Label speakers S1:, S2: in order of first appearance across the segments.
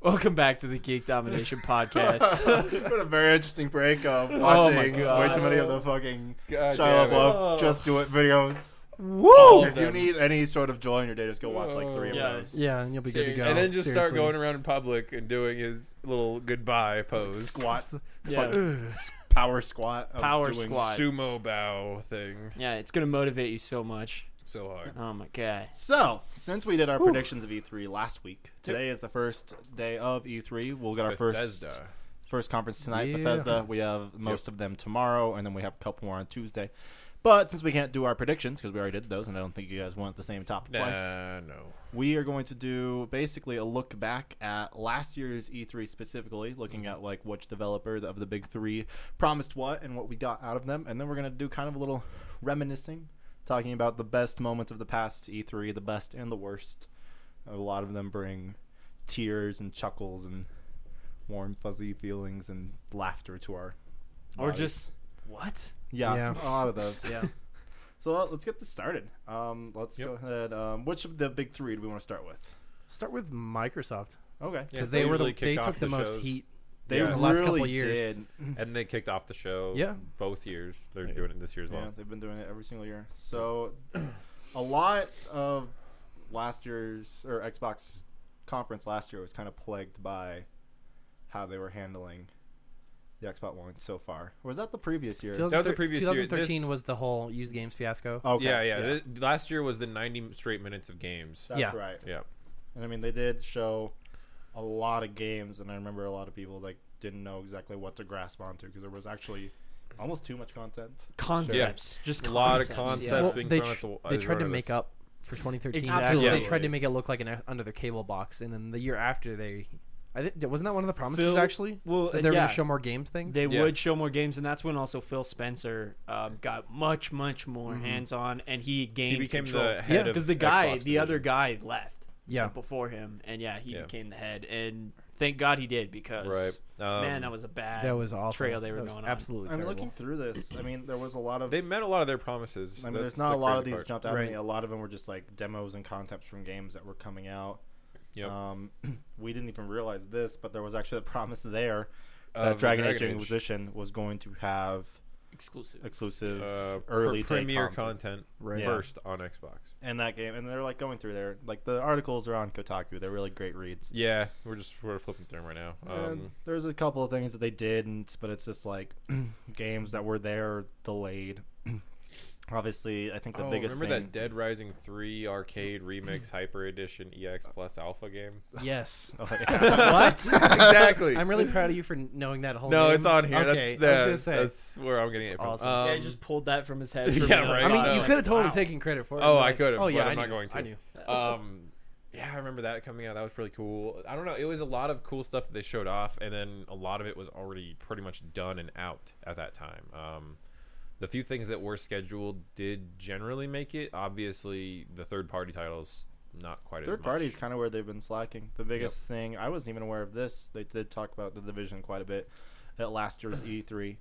S1: Welcome back to the Geek Domination Podcast.
S2: what a very interesting break of
S1: my
S2: watching way
S1: God.
S2: too many of the fucking
S3: God
S2: Shia
S3: damn it.
S2: LaBeouf just do it videos.
S1: Woo!
S2: If you need any sort of joy in your day, just go watch like three of
S1: Yeah.
S2: those.
S4: Yeah, and you'll be good to go.
S1: Seriously.
S3: and then just
S4: Seriously.
S3: start going around in public and doing his little goodbye pose,
S2: Squat,
S1: Yeah.
S2: power squat, of
S1: Power
S2: doing-
S1: squat.
S3: sumo bow thing,
S1: yeah, it's gonna motivate you so much.
S3: so hard.
S1: Oh my god.
S2: So, since we did our predictions of E3 last week, today is the first day of E3. We'll get our first
S3: Bethesda.
S2: first conference tonight,
S4: Yeah.
S2: Bethesda. We have most of them tomorrow, and then we have a couple more on Tuesday. But since we can't do our predictions because we already did those, and I don't think you guys want the same topic twice,
S3: Nah, no.
S2: we are going to do basically a look back at last year's E3 specifically, looking at like which developer of the big three promised what and what we got out of them, and then we're gonna do kind of a little reminiscing, talking about the best moments of the past E3, the best and the worst. A lot of them bring tears and chuckles and warm fuzzy feelings and laughter to our
S1: Or
S2: bodies.
S1: just what?
S2: yeah,
S4: Yeah.
S2: a lot of those yeah. So uh, let's get this started. Um, let's
S3: Yep.
S2: go ahead. Um, which of the big three do we want to start with?
S4: Start with Microsoft
S2: Okay.
S3: Yeah,
S4: because they were the,
S3: usually
S4: they
S3: kick
S4: took
S3: off
S4: the, most
S3: shows.
S4: heat.
S2: They
S3: Yeah.
S2: really
S3: The
S4: last couple years.
S2: Did.
S3: and they kicked off the show.
S4: Yeah.
S3: both years they're doing it this year as
S2: Yeah,
S3: well.
S2: they've been doing it every single year. So a lot of last year's or Xbox conference last year was kind of plagued by how they were handling the Xbox One so far. Or was that the previous year?
S3: was the previous year.
S4: 2013
S3: This-
S4: was the whole used games fiasco.
S2: okay.
S3: Yeah, yeah. Th- last year was the 90 straight minutes of games.
S2: That's
S4: Yeah.
S2: right.
S3: Yeah.
S2: And I mean, they did show a lot of games, and I remember a lot of people like didn't know exactly what to grasp onto because there was actually almost too much content.
S1: Concepts. Just
S3: A lot of
S1: concepts.
S3: concepts
S1: Yeah.
S4: Well,
S3: being
S4: they,
S3: thrown
S4: tr-
S3: at the-
S4: they
S3: at the
S4: tried
S3: front
S4: to
S3: of
S4: make
S3: us.
S4: up for 2013.
S1: Exactly.
S4: They
S3: Yeah.
S4: tried to make it look like an under the cable box, and then the year after they, I think wasn't that one of the promises
S1: Phil-
S4: actually
S1: well,
S4: that they
S3: uh,
S4: were
S1: yeah.
S4: going to show more games things.
S1: They
S3: Yeah.
S1: would show more games, and that's when also Phil Spencer um, got much, much more hands-on, and he gained
S3: He became
S1: control.
S3: the head
S4: Yeah.
S3: of
S1: because the guy,
S3: Xbox
S1: the other guy,
S3: division.
S1: left.
S4: Yeah.
S1: Before him, and yeah, he
S3: Yeah.
S1: became the head, and thank God he did because
S3: Right. Um,
S1: man, that was a bad
S4: that was awful.
S1: trail they were
S4: That was
S1: going on.
S4: Absolutely
S2: I'm
S4: terrible.
S2: looking through this. I mean, there was a lot of
S3: They met a lot of their promises.
S2: I mean,
S3: That's
S2: there's not a
S3: the
S2: lot of
S3: crazy
S2: these
S3: part.
S2: jumped out at me.
S4: Right.
S2: A lot of them were just like demos and concepts from games that were coming out.
S3: Yep.
S2: Um, we didn't even realize this, but there was actually a promise there that
S3: Of the
S2: Dragon, Age
S3: Dragon Age.
S2: Inquisition was going to have
S1: exclusive.
S2: exclusive
S3: uh,
S2: early
S3: early
S2: day
S3: premiere
S2: content.
S3: content
S4: Right.
S2: Yeah.
S3: first on Xbox.
S2: in that game, and they're like going through there. Like the articles are on Kotaku. They're really great reads.
S3: Yeah, we're just we're flipping through 'em right now.
S2: And
S3: Um,
S2: there's a couple of things that they didn't, but it's just like games that were there delayed. Obviously, I think the
S3: oh,
S2: biggest
S3: remember
S2: thing.
S3: that Dead Rising Three Arcade Remix Hyper Edition EX Plus Alpha game?
S4: Yes.
S2: Oh, yeah.
S4: what?
S3: exactly.
S4: I'm really proud of you for knowing that whole.
S3: no,
S4: name.
S3: it's on here.
S4: Okay,
S3: that's,
S4: I
S3: the-
S4: was gonna say.
S3: that's where I'm getting it from.
S4: awesome.
S3: Um,
S1: yeah, he just pulled that from his head. for
S3: yeah,
S1: me.
S3: right.
S4: I mean,
S3: Uh,
S4: you
S1: Like,
S4: could have totally
S1: wow.
S4: taken credit for it.
S3: Oh,
S4: but
S3: I
S4: like,
S3: could have.
S4: Oh, yeah,
S3: but
S4: I
S3: I'm not
S4: knew,
S3: going to.
S4: I knew.
S3: um, yeah, I remember that coming out. That was pretty cool. I don't know. It was a lot of cool stuff that they showed off, and then a lot of it was already pretty much done and out at that time. Um, the few things that were scheduled did generally make it. Obviously, the third party titles not quite as
S2: Third
S3: much.
S2: party is kind of where they've been slacking. The biggest thing I wasn't even aware of this. They did talk about the division quite a bit at last year's E3,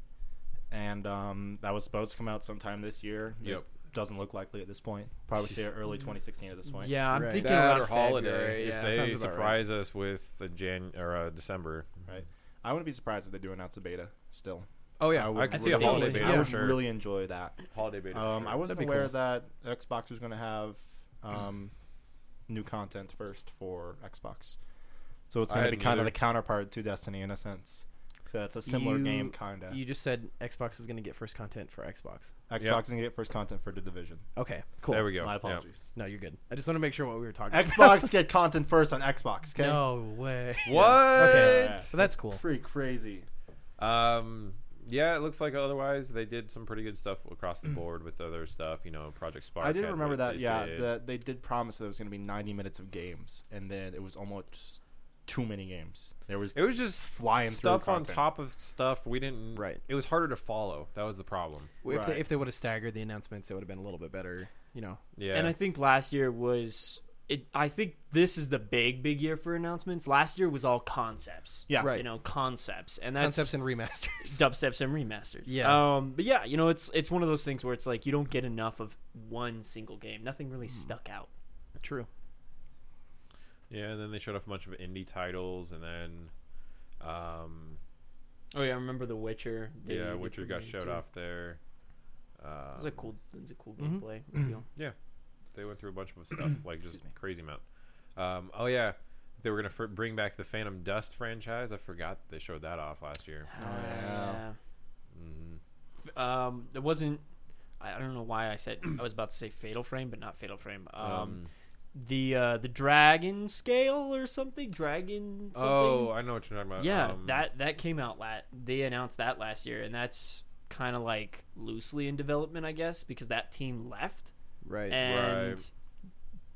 S2: and um, that was supposed to come out sometime this year. It
S3: Yep.
S2: doesn't look likely at this point. Probably say early 2016 at this point.
S1: Yeah, I'm
S4: Right.
S1: thinking
S3: that
S1: around
S3: or holiday.
S1: February,
S3: If
S1: yeah.
S3: they
S2: sounds about
S3: surprise us with a Jan or a December,
S2: Right. I wouldn't be surprised if they do announce a beta still.
S3: oh yeah,
S2: would
S3: I could see a
S2: really-
S3: holiday
S4: Yeah.
S3: beta
S2: I
S3: for
S2: would
S3: sure.
S2: really enjoy that.
S3: holiday beta. for
S2: Um,
S3: sure.
S2: I wasn't
S4: That'd be
S2: aware that Xbox was going to have um, new content first for Xbox, so it's
S3: I
S2: going to be
S3: hadn't
S2: kind of
S3: either.
S2: the counterpart to Destiny in a sense. So it's a similar
S4: You-
S2: game, kind of.
S4: You just said Xbox is going to get first content for Xbox.
S2: Xbox
S3: Yeah.
S2: is going to get first content for the Division.
S4: Okay, cool.
S3: There we go.
S2: My
S3: Yeah.
S2: apologies.
S4: No, you're good. I just want to make sure what we were talking
S2: Xbox get content first on Xbox. Okay.
S4: about. No way.
S3: What?
S4: Okay.
S2: Yeah.
S4: So that's cool.
S2: Pretty crazy.
S3: Um, yeah, it looks like otherwise they did some pretty good stuff across the board with other stuff. You know, Project Spark.
S2: I did
S3: had
S2: remember
S3: what
S2: that.
S3: they
S2: Yeah,
S3: did.
S2: that they did promise that it was going to be 90 minutes of games, and then it was almost too many games. There was
S3: it was just
S2: flying through
S3: stuff on
S2: content.
S3: top of stuff. We didn't.
S4: Right.
S3: It was harder to follow. That was the problem.
S4: If
S2: Right.
S4: they, if they would have staggered the announcements, it would have been a little bit better. You know.
S3: Yeah.
S1: And I think last year was it. I think this is the big, big year for announcements. Last year was all concepts.
S2: yeah.
S4: Right.
S1: You know, concepts, and that's
S4: Concepts and remasters.
S1: dubsteps and remasters.
S4: Yeah.
S1: Um. But yeah, you know, it's it's one of those things where it's like you don't get Mm-hmm. enough of one single game. Nothing really stuck out.
S4: True.
S3: Yeah, and then they showed off a bunch of indie titles, and then, um,
S1: Oh yeah, I remember The Witcher. They-
S3: yeah,
S1: they
S3: Witcher got
S1: premiered
S3: showed
S1: too.
S3: off there. Um,
S1: It was a cool. It was a cool
S4: Mhm.
S1: gameplay. reveal.
S3: Oh, They went through a bunch of stuff, like just crazy amount. Um, oh yeah, they were gonna fr- bring back the Phantom Dust franchise. I forgot they showed that off last year.
S2: yeah.
S3: hmm
S1: F- Um, it wasn't. I I don't know why I said I was about to say Fatal Frame, but not Fatal Frame. Um, the uh, the Dragon Scale or something. Dragon. Something.
S3: oh, I know what you're talking about.
S1: yeah,
S3: Um,
S1: that that came out lat. They announced that last year, and that's kind of like loosely in development, I guess, because that team left.
S4: Right.
S1: and
S3: Right.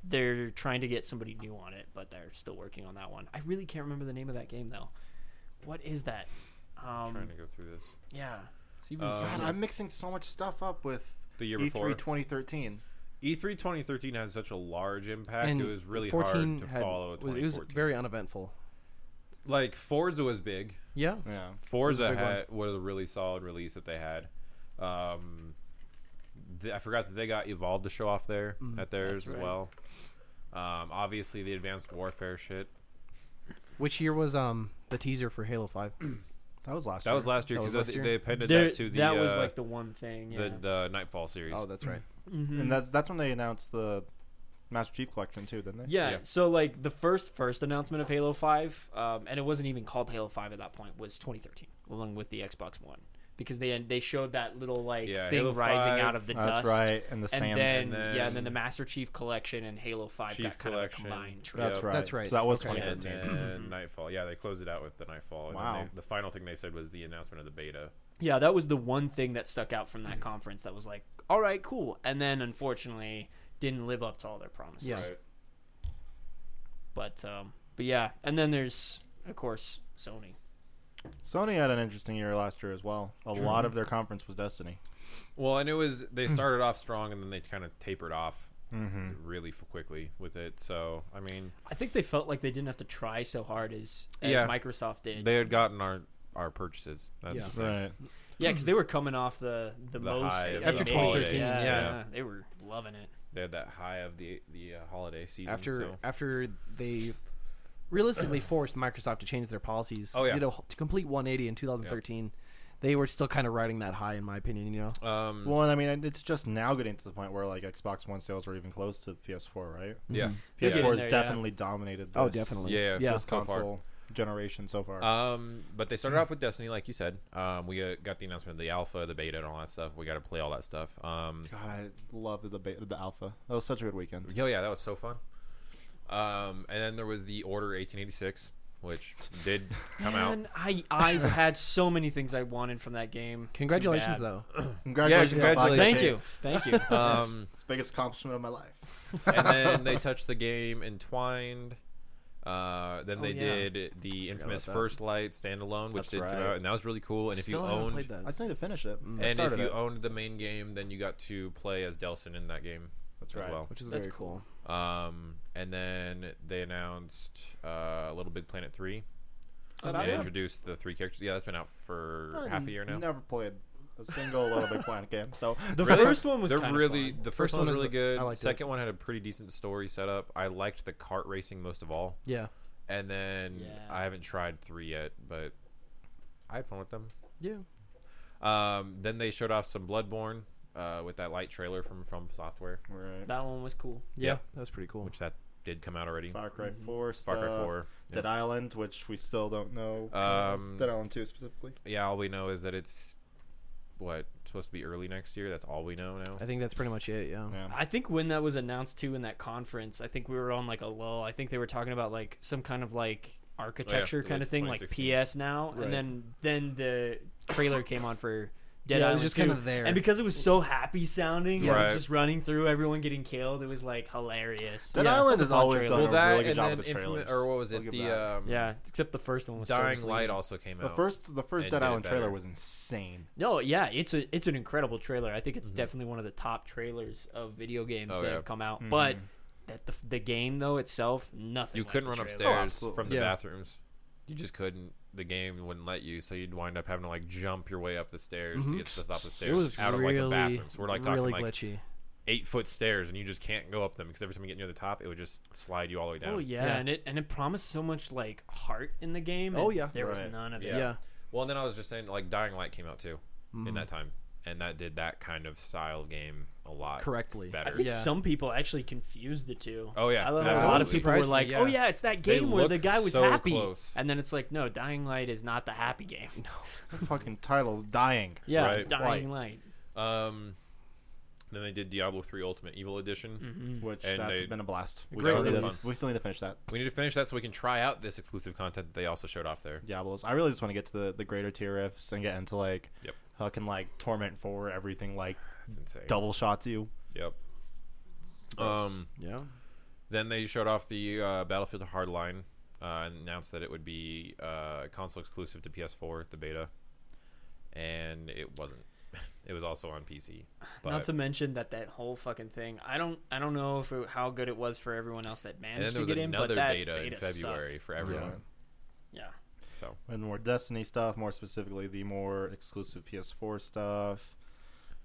S1: they're trying to get somebody new on it, but they're still working on that one. I really can't remember the name of that game though. What is that?
S3: I'm
S1: Um,
S3: trying to go through this.
S1: yeah. See if we
S3: Um,
S1: can
S2: God,
S1: find it.
S2: I'm mixing so much stuff up with E
S3: The year
S2: E3
S3: before,
S2: 2013.
S3: E3 2013 had such a large impact.
S4: And
S3: it was really
S4: 14
S3: hard to
S4: had-
S3: follow.
S4: was- it was
S3: 2014.
S4: very uneventful.
S3: like Forza was big.
S4: Yeah.
S2: Yeah.
S3: Forza
S4: big one.
S3: had, was a really solid release that they had. Um, th- I forgot that they got Evolved to show off there at theirs
S1: that's
S3: as
S1: right.
S3: well. Um, obviously the Advanced Warfare shit
S4: Which year was um the teaser for Halo Five?
S2: That was last
S3: that
S2: year.
S3: was last year
S4: That
S3: because
S4: was
S3: they,
S4: last year?
S3: they appended
S1: There-
S3: that to the
S1: that was
S3: uh,
S1: like the one thing. Yeah.
S3: the, the Nightfall series.
S4: Oh, that's right.
S1: Mhm.
S2: And that's that's when they announced the Master Chief Collection too, didn't they?
S1: yeah,
S3: yeah.
S1: So like the first first announcement of Halo Five, um, and it wasn't even called Halo Five at that point. Was 2013, along with the Xbox One, because they they showed that little like
S3: Yeah,
S1: thing
S3: Halo
S1: rising
S3: 5,
S1: out of the
S2: That's
S1: dust.
S2: right. And the
S1: And
S2: sand.
S1: then,
S3: And then-
S1: yeah, and then the Master Chief Collection and Halo Five
S3: Chief
S1: got kind
S3: Collection.
S1: of a combined trip.
S2: that's
S3: Yep.
S2: right.
S4: That's right.
S2: So that was
S4: Okay.
S3: and
S2: 2013.
S3: then Nightfall. Yeah, they closed it out with the Nightfall. And then
S2: Wow.
S3: they- the final thing they said was the announcement of the beta.
S1: Yeah, that was the one thing that stuck out from that conference that was like, all right, cool. And then unfortunately didn't live up to all their promises.
S4: Yeah.
S3: Right.
S1: But um but yeah, and then there's of course Sony.
S2: Sony had an interesting year last year as well. A lot of their conference was Destiny.
S3: Well, and it was they started off strong and then they kind of tapered off really f- quickly with it. So I mean,
S1: I think they felt like they didn't have to try so hard as, as
S3: Yeah.
S1: Microsoft did.
S3: they had gotten our our purchases. That's
S4: Yeah.
S3: the thing.
S2: Right.
S1: yeah, because they were coming off the the,
S3: The
S1: most
S3: high
S1: that
S3: of
S1: they
S4: the
S1: made.
S4: holiday.
S1: Yeah,
S3: Yeah.
S1: they were loving it.
S3: They had that high of the the uh, holiday season.
S4: After
S3: so.
S4: after they realistically forced Microsoft to change their policies.
S3: Oh, yeah.
S4: Did a wh- to complete 180 in 2013. They were still kind of riding that high, in my opinion. You know.
S3: Um,
S2: Well, I mean, it's just now getting to the point where like Xbox One sales are even close to PS4, right?
S3: yeah,
S1: They're
S2: PS4
S1: getting
S2: has
S1: there, yeah.
S2: definitely dominated. This,
S4: Oh, definitely.
S3: yeah,
S4: Yeah.
S2: This
S3: so far.
S2: console generation so far.
S3: Um, but they
S2: Mm.
S3: started off with Destiny, like you said. Um, we uh, got the announcement of the alpha, the beta, and all that stuff. We got to play all that stuff. Um,
S2: God, I love the debate, the alpha. That was such a good weekend.
S3: yo, yeah, that was so fun. Um, and then there was the Order 1886, which did come out.
S1: Man, I I had so many things I wanted from that game. Too bad.
S4: Congratulations, though.
S2: Congratulations,
S3: Yeah,
S2: on Black
S3: congratulations.
S1: Thank
S2: Days.
S1: you. Thank you.
S3: Um,
S2: It's the biggest accomplishment of my life.
S3: and then they touched the game Entwined. Uh, then
S1: Oh,
S3: they
S1: yeah.
S3: did the infamous
S4: that.
S3: First Light standalone, which
S2: That's
S3: did come
S2: right.
S3: out, and that was really cool. And if you
S4: Still haven't played
S3: owned
S4: that.
S2: I just need to finish it. I
S3: Mm. and if
S2: started
S3: you
S2: it.
S3: owned the main game, then you got to play as Delson in that game
S2: That's
S3: as
S2: right.
S3: well.
S4: which is
S1: That's
S4: very cool.
S3: Um, and then they announced uh, Little Big Planet three.
S2: that
S3: They
S2: out yet? Hmm.
S3: introduced the three characters. Yeah, that's been out for half a year now.
S2: Never played a single Little Big Planet game, so
S1: The
S3: Really?
S1: first one was
S3: They're
S1: kind
S3: really
S1: of
S3: the first, one was really
S4: the-
S3: good.
S4: I
S3: The
S4: liked it.
S3: second one had a pretty decent story setup. I liked the kart racing most of all.
S4: Yeah.
S3: And then
S1: Yeah.
S3: I haven't tried three yet, but I had fun with them.
S4: Yeah.
S3: Um, then they showed off some Bloodborne uh, with that light trailer from from Software,
S2: right.
S1: That one was cool.
S4: Yeah.
S3: Yeah.
S4: That was pretty cool.
S3: which that did come out already.
S2: Far Cry Four,
S3: Mm-hmm. Far Cry
S2: stuff,
S3: Four.
S2: Dead Island, which we still don't know. uh,
S3: Um,
S2: Dead Island Two specifically.
S3: Yeah, all we know is that it's what supposed to be early next year. That's all we know now.
S4: I think that's pretty much it.
S3: oh.
S2: Yeah.
S4: Yeah.
S1: I think when that was announced too in that conference, I think we were on like a lull. I think they were talking about like some kind of like architecture
S3: the
S1: kind of thing, like
S3: 2016.
S1: PS now,
S4: Right.
S1: and then then the trailer came on for Dead
S4: Yeah, it was
S1: Island
S4: just
S1: 2.
S4: kind of there.
S1: and because it was so happy sounding, yeah,
S4: Yeah.
S1: it
S3: Right.
S1: was just running through everyone getting killed. It was like hilarious.
S2: Dead
S4: Yeah,
S2: Island
S1: that's a
S2: has
S1: fun
S2: always
S1: trailer.
S2: done
S3: well,
S2: a
S3: that
S2: really good
S3: and
S2: job
S3: then
S2: with the trailers.
S3: Infamous- or what was
S2: I'll
S3: it?
S2: give
S3: The
S2: that.
S3: um,
S1: yeah, except the first one was so
S3: Dying
S1: misleading.
S3: Light also came out.
S2: the first the first
S3: and
S2: Dead
S3: did it
S2: Island trailer
S3: better.
S2: was insane.
S1: No, yeah, it's a it's an incredible trailer. I think it's definitely one of the top trailers of video games
S3: Mm-hmm. Oh,
S1: that
S3: yeah.
S1: have come out. But that the, the game though itself, nothing.
S3: you
S1: like
S3: couldn't
S1: the
S3: run
S1: trailer.
S3: upstairs
S2: Oh, absolutely.
S3: from the
S4: Yeah.
S3: bathrooms. You just couldn't. The game wouldn't let you, so you'd wind up having
S4: Mm-hmm.
S2: Mm-hmm.
S3: to like jump your way up the stairs to get stuff off the stairs out of like a bathroom. So we're like talking
S4: really
S3: like
S4: glitchy.
S3: eight foot stairs and you just can't go up them because every time you get near the top, it would just slide you all the way down.
S1: Oh yeah,
S4: Yeah.
S1: and it and it promised so much like heart in the game.
S4: Oh,
S1: and
S4: yeah.
S1: there was
S2: Right.
S1: none of it.
S4: Yeah.
S3: Well, and then I was just saying, like, Dying Light came out too
S2: Mm-hmm.
S3: in that time, and that did that kind of style of game a lot
S4: Correctly.
S1: I
S3: better.
S1: think
S4: Yeah.
S1: some people actually confused the two.
S3: Oh yeah,
S1: I love
S3: that
S1: how a lot of
S3: absolutely.
S1: people were
S4: Surprised me,
S1: like,
S4: yeah.
S1: "Oh yeah, it's that
S3: They
S1: game where the
S3: look
S1: guy was
S3: so
S1: happy,"
S3: close.
S1: and then it's like, "No, Dying Light is not the happy game." No,
S2: The fucking title's dying.
S1: yeah,
S3: Right.
S1: Dying Light.
S3: Um, then they did Diablo 3 Ultimate Evil Edition.
S1: Mm-hmm.
S2: Which
S3: And
S2: that's
S3: they-
S2: been a blast. We
S3: Great
S2: still, need to,
S3: release.
S2: we still need to finish that.
S3: We need to finish that so we can try out this exclusive content that they also showed off there.
S2: Diablos. I really just want to get to the, the greater tier riffs and get into like
S3: Yep.
S2: fucking like torment for everything like
S3: That's insane.
S2: double shots you.
S3: Yep. Um,
S4: Yeah.
S3: then they showed off the uh, Battlefield Hardline uh, and announced that it would be uh, console exclusive to PS4, the beta, and it wasn't. It was also on PC. But
S1: Not to mention that that whole fucking thing. I don't I don't know if it, how good it was for everyone else that
S3: and then
S1: managed
S3: there
S1: to
S3: was
S1: get in, but
S3: another
S1: that
S3: beta, in
S1: sucked.
S3: February for everyone.
S1: Yeah.
S3: So
S2: And more Destiny stuff, more specifically the more exclusive PS4 stuff.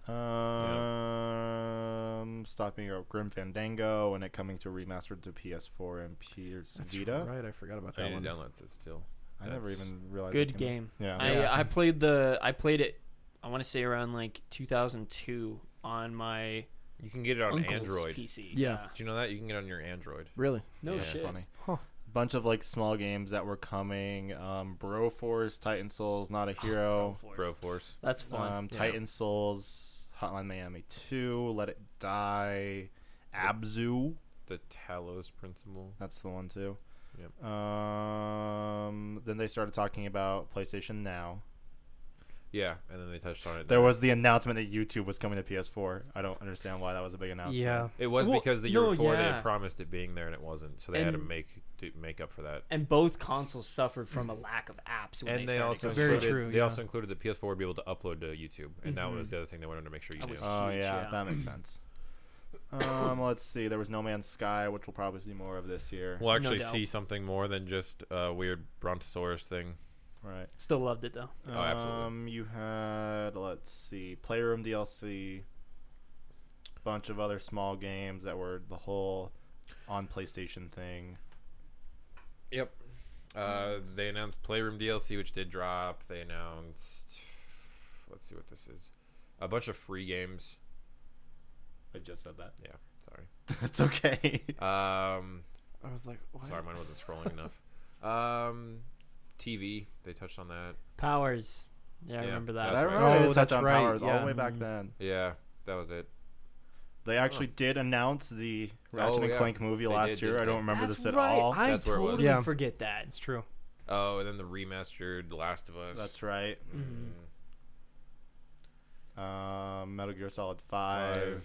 S2: Um, Stop Me Up Grim Fandango and it coming to remastered to PS4 and PS Vita.
S4: right. I forgot about
S3: I
S4: that
S3: need
S4: one.
S3: to download this still.
S2: I never
S3: That's-
S2: even realized. it
S1: Good
S2: came out.
S1: game.
S2: Yeah.
S1: I I played the I played it. I want to say around like 2002 on my
S3: You can get it on
S1: uncle's
S3: Android. Do
S1: PC.
S4: Yeah.
S3: you know that you can get it on your Android?
S4: Really?
S1: No
S3: Yeah.
S1: shit.
S2: funny.
S4: Huh.
S2: Bunch of like small games that were coming. Um, Broforce, Titan Souls, Not a Hero.
S1: Force.
S3: Bro Force.
S1: That's fun.
S2: Um, Titan Souls, Hotline Miami 2, Let It Die, Abzu.
S3: The Talos Principle.
S2: That's the one too. Yep. Um, then they started talking about PlayStation Now.
S3: Yeah, and then they touched on it.
S2: There was the announcement that YouTube was coming to PS4. I don't understand why that was a big announcement.
S4: Yeah.
S3: It was
S1: Well,
S3: because the year
S1: no,
S3: before they
S1: yeah.
S3: had promised it being there and it wasn't, so they had to
S1: And-
S3: make to make up for that.
S1: and both consoles suffered from a lack of apps when
S3: And
S1: they,
S3: they
S1: started
S3: also
S1: coming
S4: Very
S3: included,
S4: true,
S3: they
S4: yeah.
S3: also included the PS4 would be able to upload to YouTube, and that was the other thing they wanted to make sure you
S1: Mm-hmm. That
S3: do.
S1: was-
S2: Oh
S1: Huge,
S2: yeah,
S1: yeah.
S2: that makes sense. Um, let's see. There was No Man's Sky, which we'll probably see more of this year.
S3: We'll actually
S1: doubt.
S3: see something more than just a weird Brontosaurus thing.
S2: Right.
S1: Still loved it though.
S2: Um,
S3: Oh, absolutely.
S2: You had let's see, Playroom DLC, bunch of other small games that were the whole on PlayStation thing.
S3: Yep. Uh, they announced Playroom DLC, which did drop. They announced, let's see what this is, a bunch of free games.
S2: I just said that.
S3: Yeah, sorry.
S2: it's okay.
S3: Um,
S4: I was like, what?
S3: sorry, mine wasn't scrolling enough. Um, TV, they touched on that.
S1: Powers. Yeah, I
S3: Yeah,
S1: remember that.
S2: I
S3: that's right. Mm-hmm.
S2: remember they
S4: Oh,
S2: touched
S4: that's
S2: on
S4: right,
S2: powers all the
S4: yeah.
S2: way back then.
S3: Yeah, that was it.
S2: They actually did announce the Ratchet
S3: Oh,
S2: and
S3: yeah.
S2: Clank movie
S3: They
S2: last
S3: did,
S2: year.
S3: didn't
S2: I don't
S3: they?
S2: remember
S1: That's
S2: this at
S1: right.
S2: all.
S1: I
S3: That's where it was.
S1: totally
S4: Yeah.
S1: forget that.
S4: It's true.
S3: Oh, and then the remastered Last of Us.
S2: That's right.
S3: Mm,
S2: Um, Metal Gear Solid Five.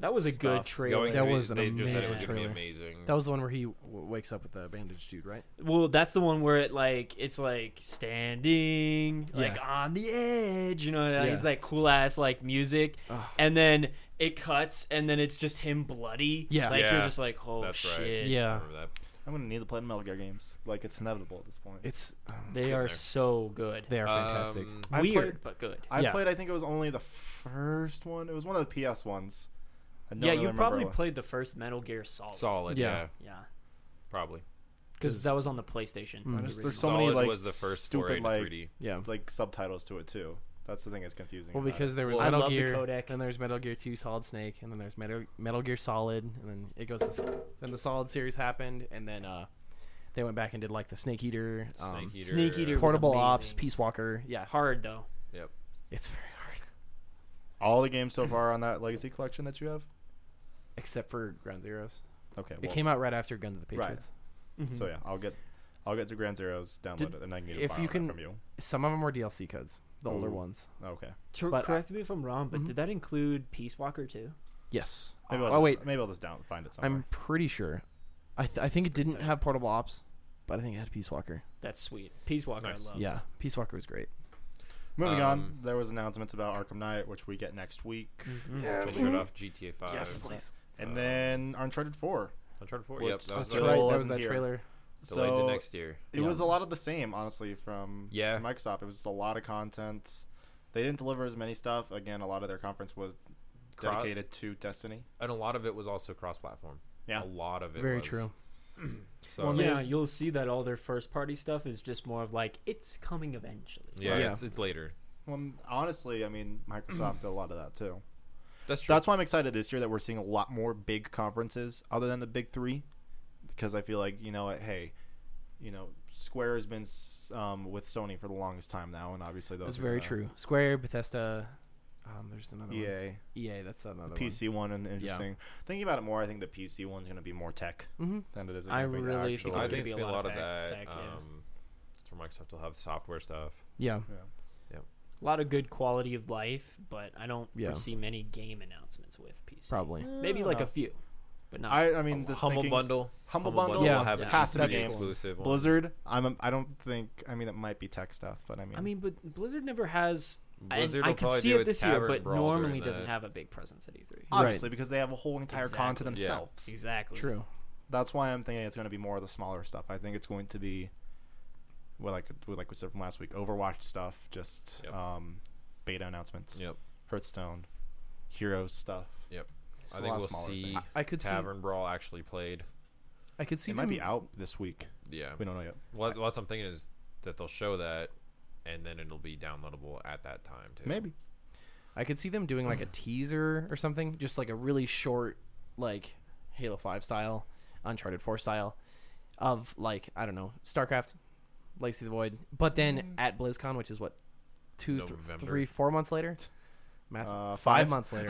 S1: That was a
S2: Stuff.
S1: good trailer.
S3: Going
S4: That
S3: to be-
S4: was an
S3: they just said it was
S1: amazing
S3: gonna be
S4: trailer.
S3: amazing.
S4: That was the one where he w- wakes up with the bandage dude, right?
S1: well, that's the one where it like it's like standing like
S4: Yeah.
S1: on the edge, you know,
S4: Yeah.
S1: it's that cool ass like music
S4: Ugh.
S1: and then it cuts and then it's just him bloody.
S4: Yeah.
S1: Like you're
S3: Yeah.
S1: just like, "Oh
S3: That's right.
S1: shit."
S3: I
S4: Yeah.
S3: remember that.
S2: I'm gonna need to play the Metal Gear games. Like it's inevitable at this point.
S4: It's um,
S1: They
S3: in
S1: are
S3: there.
S1: so good.
S4: they are fantastic.
S3: Um,
S2: I
S1: Weird,
S2: played-
S1: but good.
S2: I
S4: Yeah.
S2: played. I think it was only the first one. It was one of the PS ones. I don't
S1: yeah,
S2: really
S1: you
S2: remember
S1: probably
S2: what-
S1: played the first Metal Gear Solid.
S3: solid. Yeah.
S4: Yeah.
S1: Yeah.
S3: probably.
S1: Cuz that was on the PlayStation.
S4: Mm.
S1: the
S2: There's,
S1: original.
S2: there's so many
S3: solid
S2: like
S3: was the first foray
S2: stupid
S3: to
S2: like
S3: 3D.
S4: yeah.
S2: like subtitles to it too. That's the thing that's confusing.
S4: Well,
S2: about it.
S4: because there was
S1: Well, I
S4: Metal
S1: love the
S4: Gear,
S1: codec.
S4: and there's Metal Gear Two, Solid Snake, and then there's Metal, Metal Gear Solid, and then it goes. To, s- then the Solid series happened, and then uh, they went back and did like the Snake Eater, um,
S3: Snake Eater.
S1: Snake Eater was
S4: Portable Ops,
S1: amazing.
S4: Peace Walker. Yeah,
S1: Hard though.
S3: Yep.
S4: it's very hard,
S2: all the games so far on that legacy collection that you have.
S4: except for Ground Zeroes.
S2: Okay,
S4: It
S2: well,
S4: came out right after Guns of the
S2: Right.
S4: Patriots.
S2: so yeah, I'll get, I'll get to Grand Zeroes, download
S4: Did-
S2: it, and I can get
S4: if
S2: a borrow
S4: you
S2: that
S4: can-
S2: from Mm-hmm. you.
S4: Some of them were DLC codes, the older
S2: Ooh.
S4: ones.
S2: Okay,
S1: To,
S4: But I-
S1: correct me if I'm wrong, but
S2: Mm-hmm.
S4: Mhm.
S1: did that include Peace Walker too?
S4: Yes,
S2: maybe I'll
S4: oh
S2: just,
S4: wait,
S2: maybe I'll just down find it somewhere.
S4: I'm pretty sure. I th- I think it didn't
S1: tight.
S4: have Portable Ops, but I think it had Peace Walker.
S1: That's sweet. Peace Walker,
S3: Nice.
S1: I love.
S4: Yeah, Peace Walker was great.
S2: Moving on,
S3: um, Mm-hmm.
S2: there was announcements about Arkham Knight, which we get next week,
S3: They showed off GTA 5.
S2: and
S3: Uh,
S2: then Uncharted Four.
S3: Uncharted 4.
S2: Which
S3: Yep. That was
S4: That's
S2: still
S4: right. That was
S2: wasn't
S4: that
S2: here.
S4: trailer.
S3: delayed
S2: so
S3: to next year.
S2: It was a lot of the same, honestly, from
S3: Yeah.
S2: Microsoft. It was just a lot of content. They didn't deliver as many stuff. Again, a lot of their conference was
S3: Cro-
S2: dedicated to Destiny.
S3: and a lot of it was also cross-platform.
S2: Yeah.
S3: a lot of it.
S4: Very
S3: was.
S4: true.
S3: So
S2: Well,
S1: yeah, you'll see that all their first party stuff is just more of like it's coming eventually.
S3: yeah,
S4: Right.
S3: It's, it's later.
S2: Well, honestly, I mean, Microsoft did a lot of that too.
S3: That's true.
S2: That's why I'm excited this year that we're seeing a lot more big conferences other than the big three, because I feel like you know, what, hey, you know, Square has been s- um, with Sony for the longest time now, and obviously those
S4: That's
S2: are
S4: very
S2: gonna-
S4: true. Square, Bethesda. Um, there's another one.
S2: EA,
S4: EA. That's another
S2: PC one, and interesting. Thinking about it more, I think the PC one's going to be more tech
S4: one. hmm
S2: than it is.
S1: I
S2: gonna
S1: really
S2: be
S1: think
S3: I
S1: it's
S2: actual-
S1: gonna
S3: think
S1: be
S3: it's
S1: a
S3: been a
S1: lot
S3: lot
S1: of
S3: of that.
S1: back tech, yeah.
S3: um, it's where Microsoft will have software stuff.
S4: Yeah.
S2: Yeah.
S1: lot of good quality of life, but I don't
S4: Yeah.
S1: foresee many game announcements with PC.
S4: Probably.
S1: Maybe like
S2: know.
S1: a few, but not.
S2: Uh, I, I mean, this
S3: Humble
S2: thinking,
S3: bundle.
S2: Humble Bundle
S3: will
S4: Yeah.
S3: have
S1: Yeah.
S3: an
S2: has to be
S3: Xbox
S2: games.
S3: exclusive. one.
S2: Blizzard. I'm. A, I don't think. I mean, it might be tech stuff, but I mean,
S1: I mean, but Blizzard never has. and
S3: Blizzard
S1: I
S3: will
S1: could
S3: probably
S1: see
S3: do
S1: it
S3: its
S1: this year,
S3: Tavern
S1: but
S3: Brawl during
S1: normally doesn't
S3: the-
S1: have a big presence at E E3.
S2: obviously because they have a whole entire con to
S1: Exactly.
S3: Yeah.
S2: themselves.
S1: Exactly.
S4: True.
S2: That's why I'm thinking it's going to be more of the smaller stuff. I think it's going to be, well, like like we said from last week, Overwatch stuff, just
S3: Yep.
S2: um, beta announcements,
S3: Yep.
S2: Hearthstone, Heroes stuff.
S3: Yep.
S2: It's
S3: I
S2: a
S3: think
S2: lot
S3: we'll
S2: smaller
S3: see
S2: thing.
S4: I- I could see-
S3: Tavern Brawl actually played.
S4: I could see.
S2: It might
S4: them-
S2: be out this week.
S3: Yeah.
S2: We don't know yet.
S3: What, what I'm thinking is that they'll show that, and then it'll be downloadable at that time too.
S2: Maybe.
S4: I could see them doing like a teaser or something, just like a really short, like Halo Five style, Uncharted Four style, of like I don't know StarCraft, Legacy of the Void. But then at BlizzCon, which is what two, th-
S3: November.
S4: three, four months later, math,
S2: Uh, five?
S4: five months later,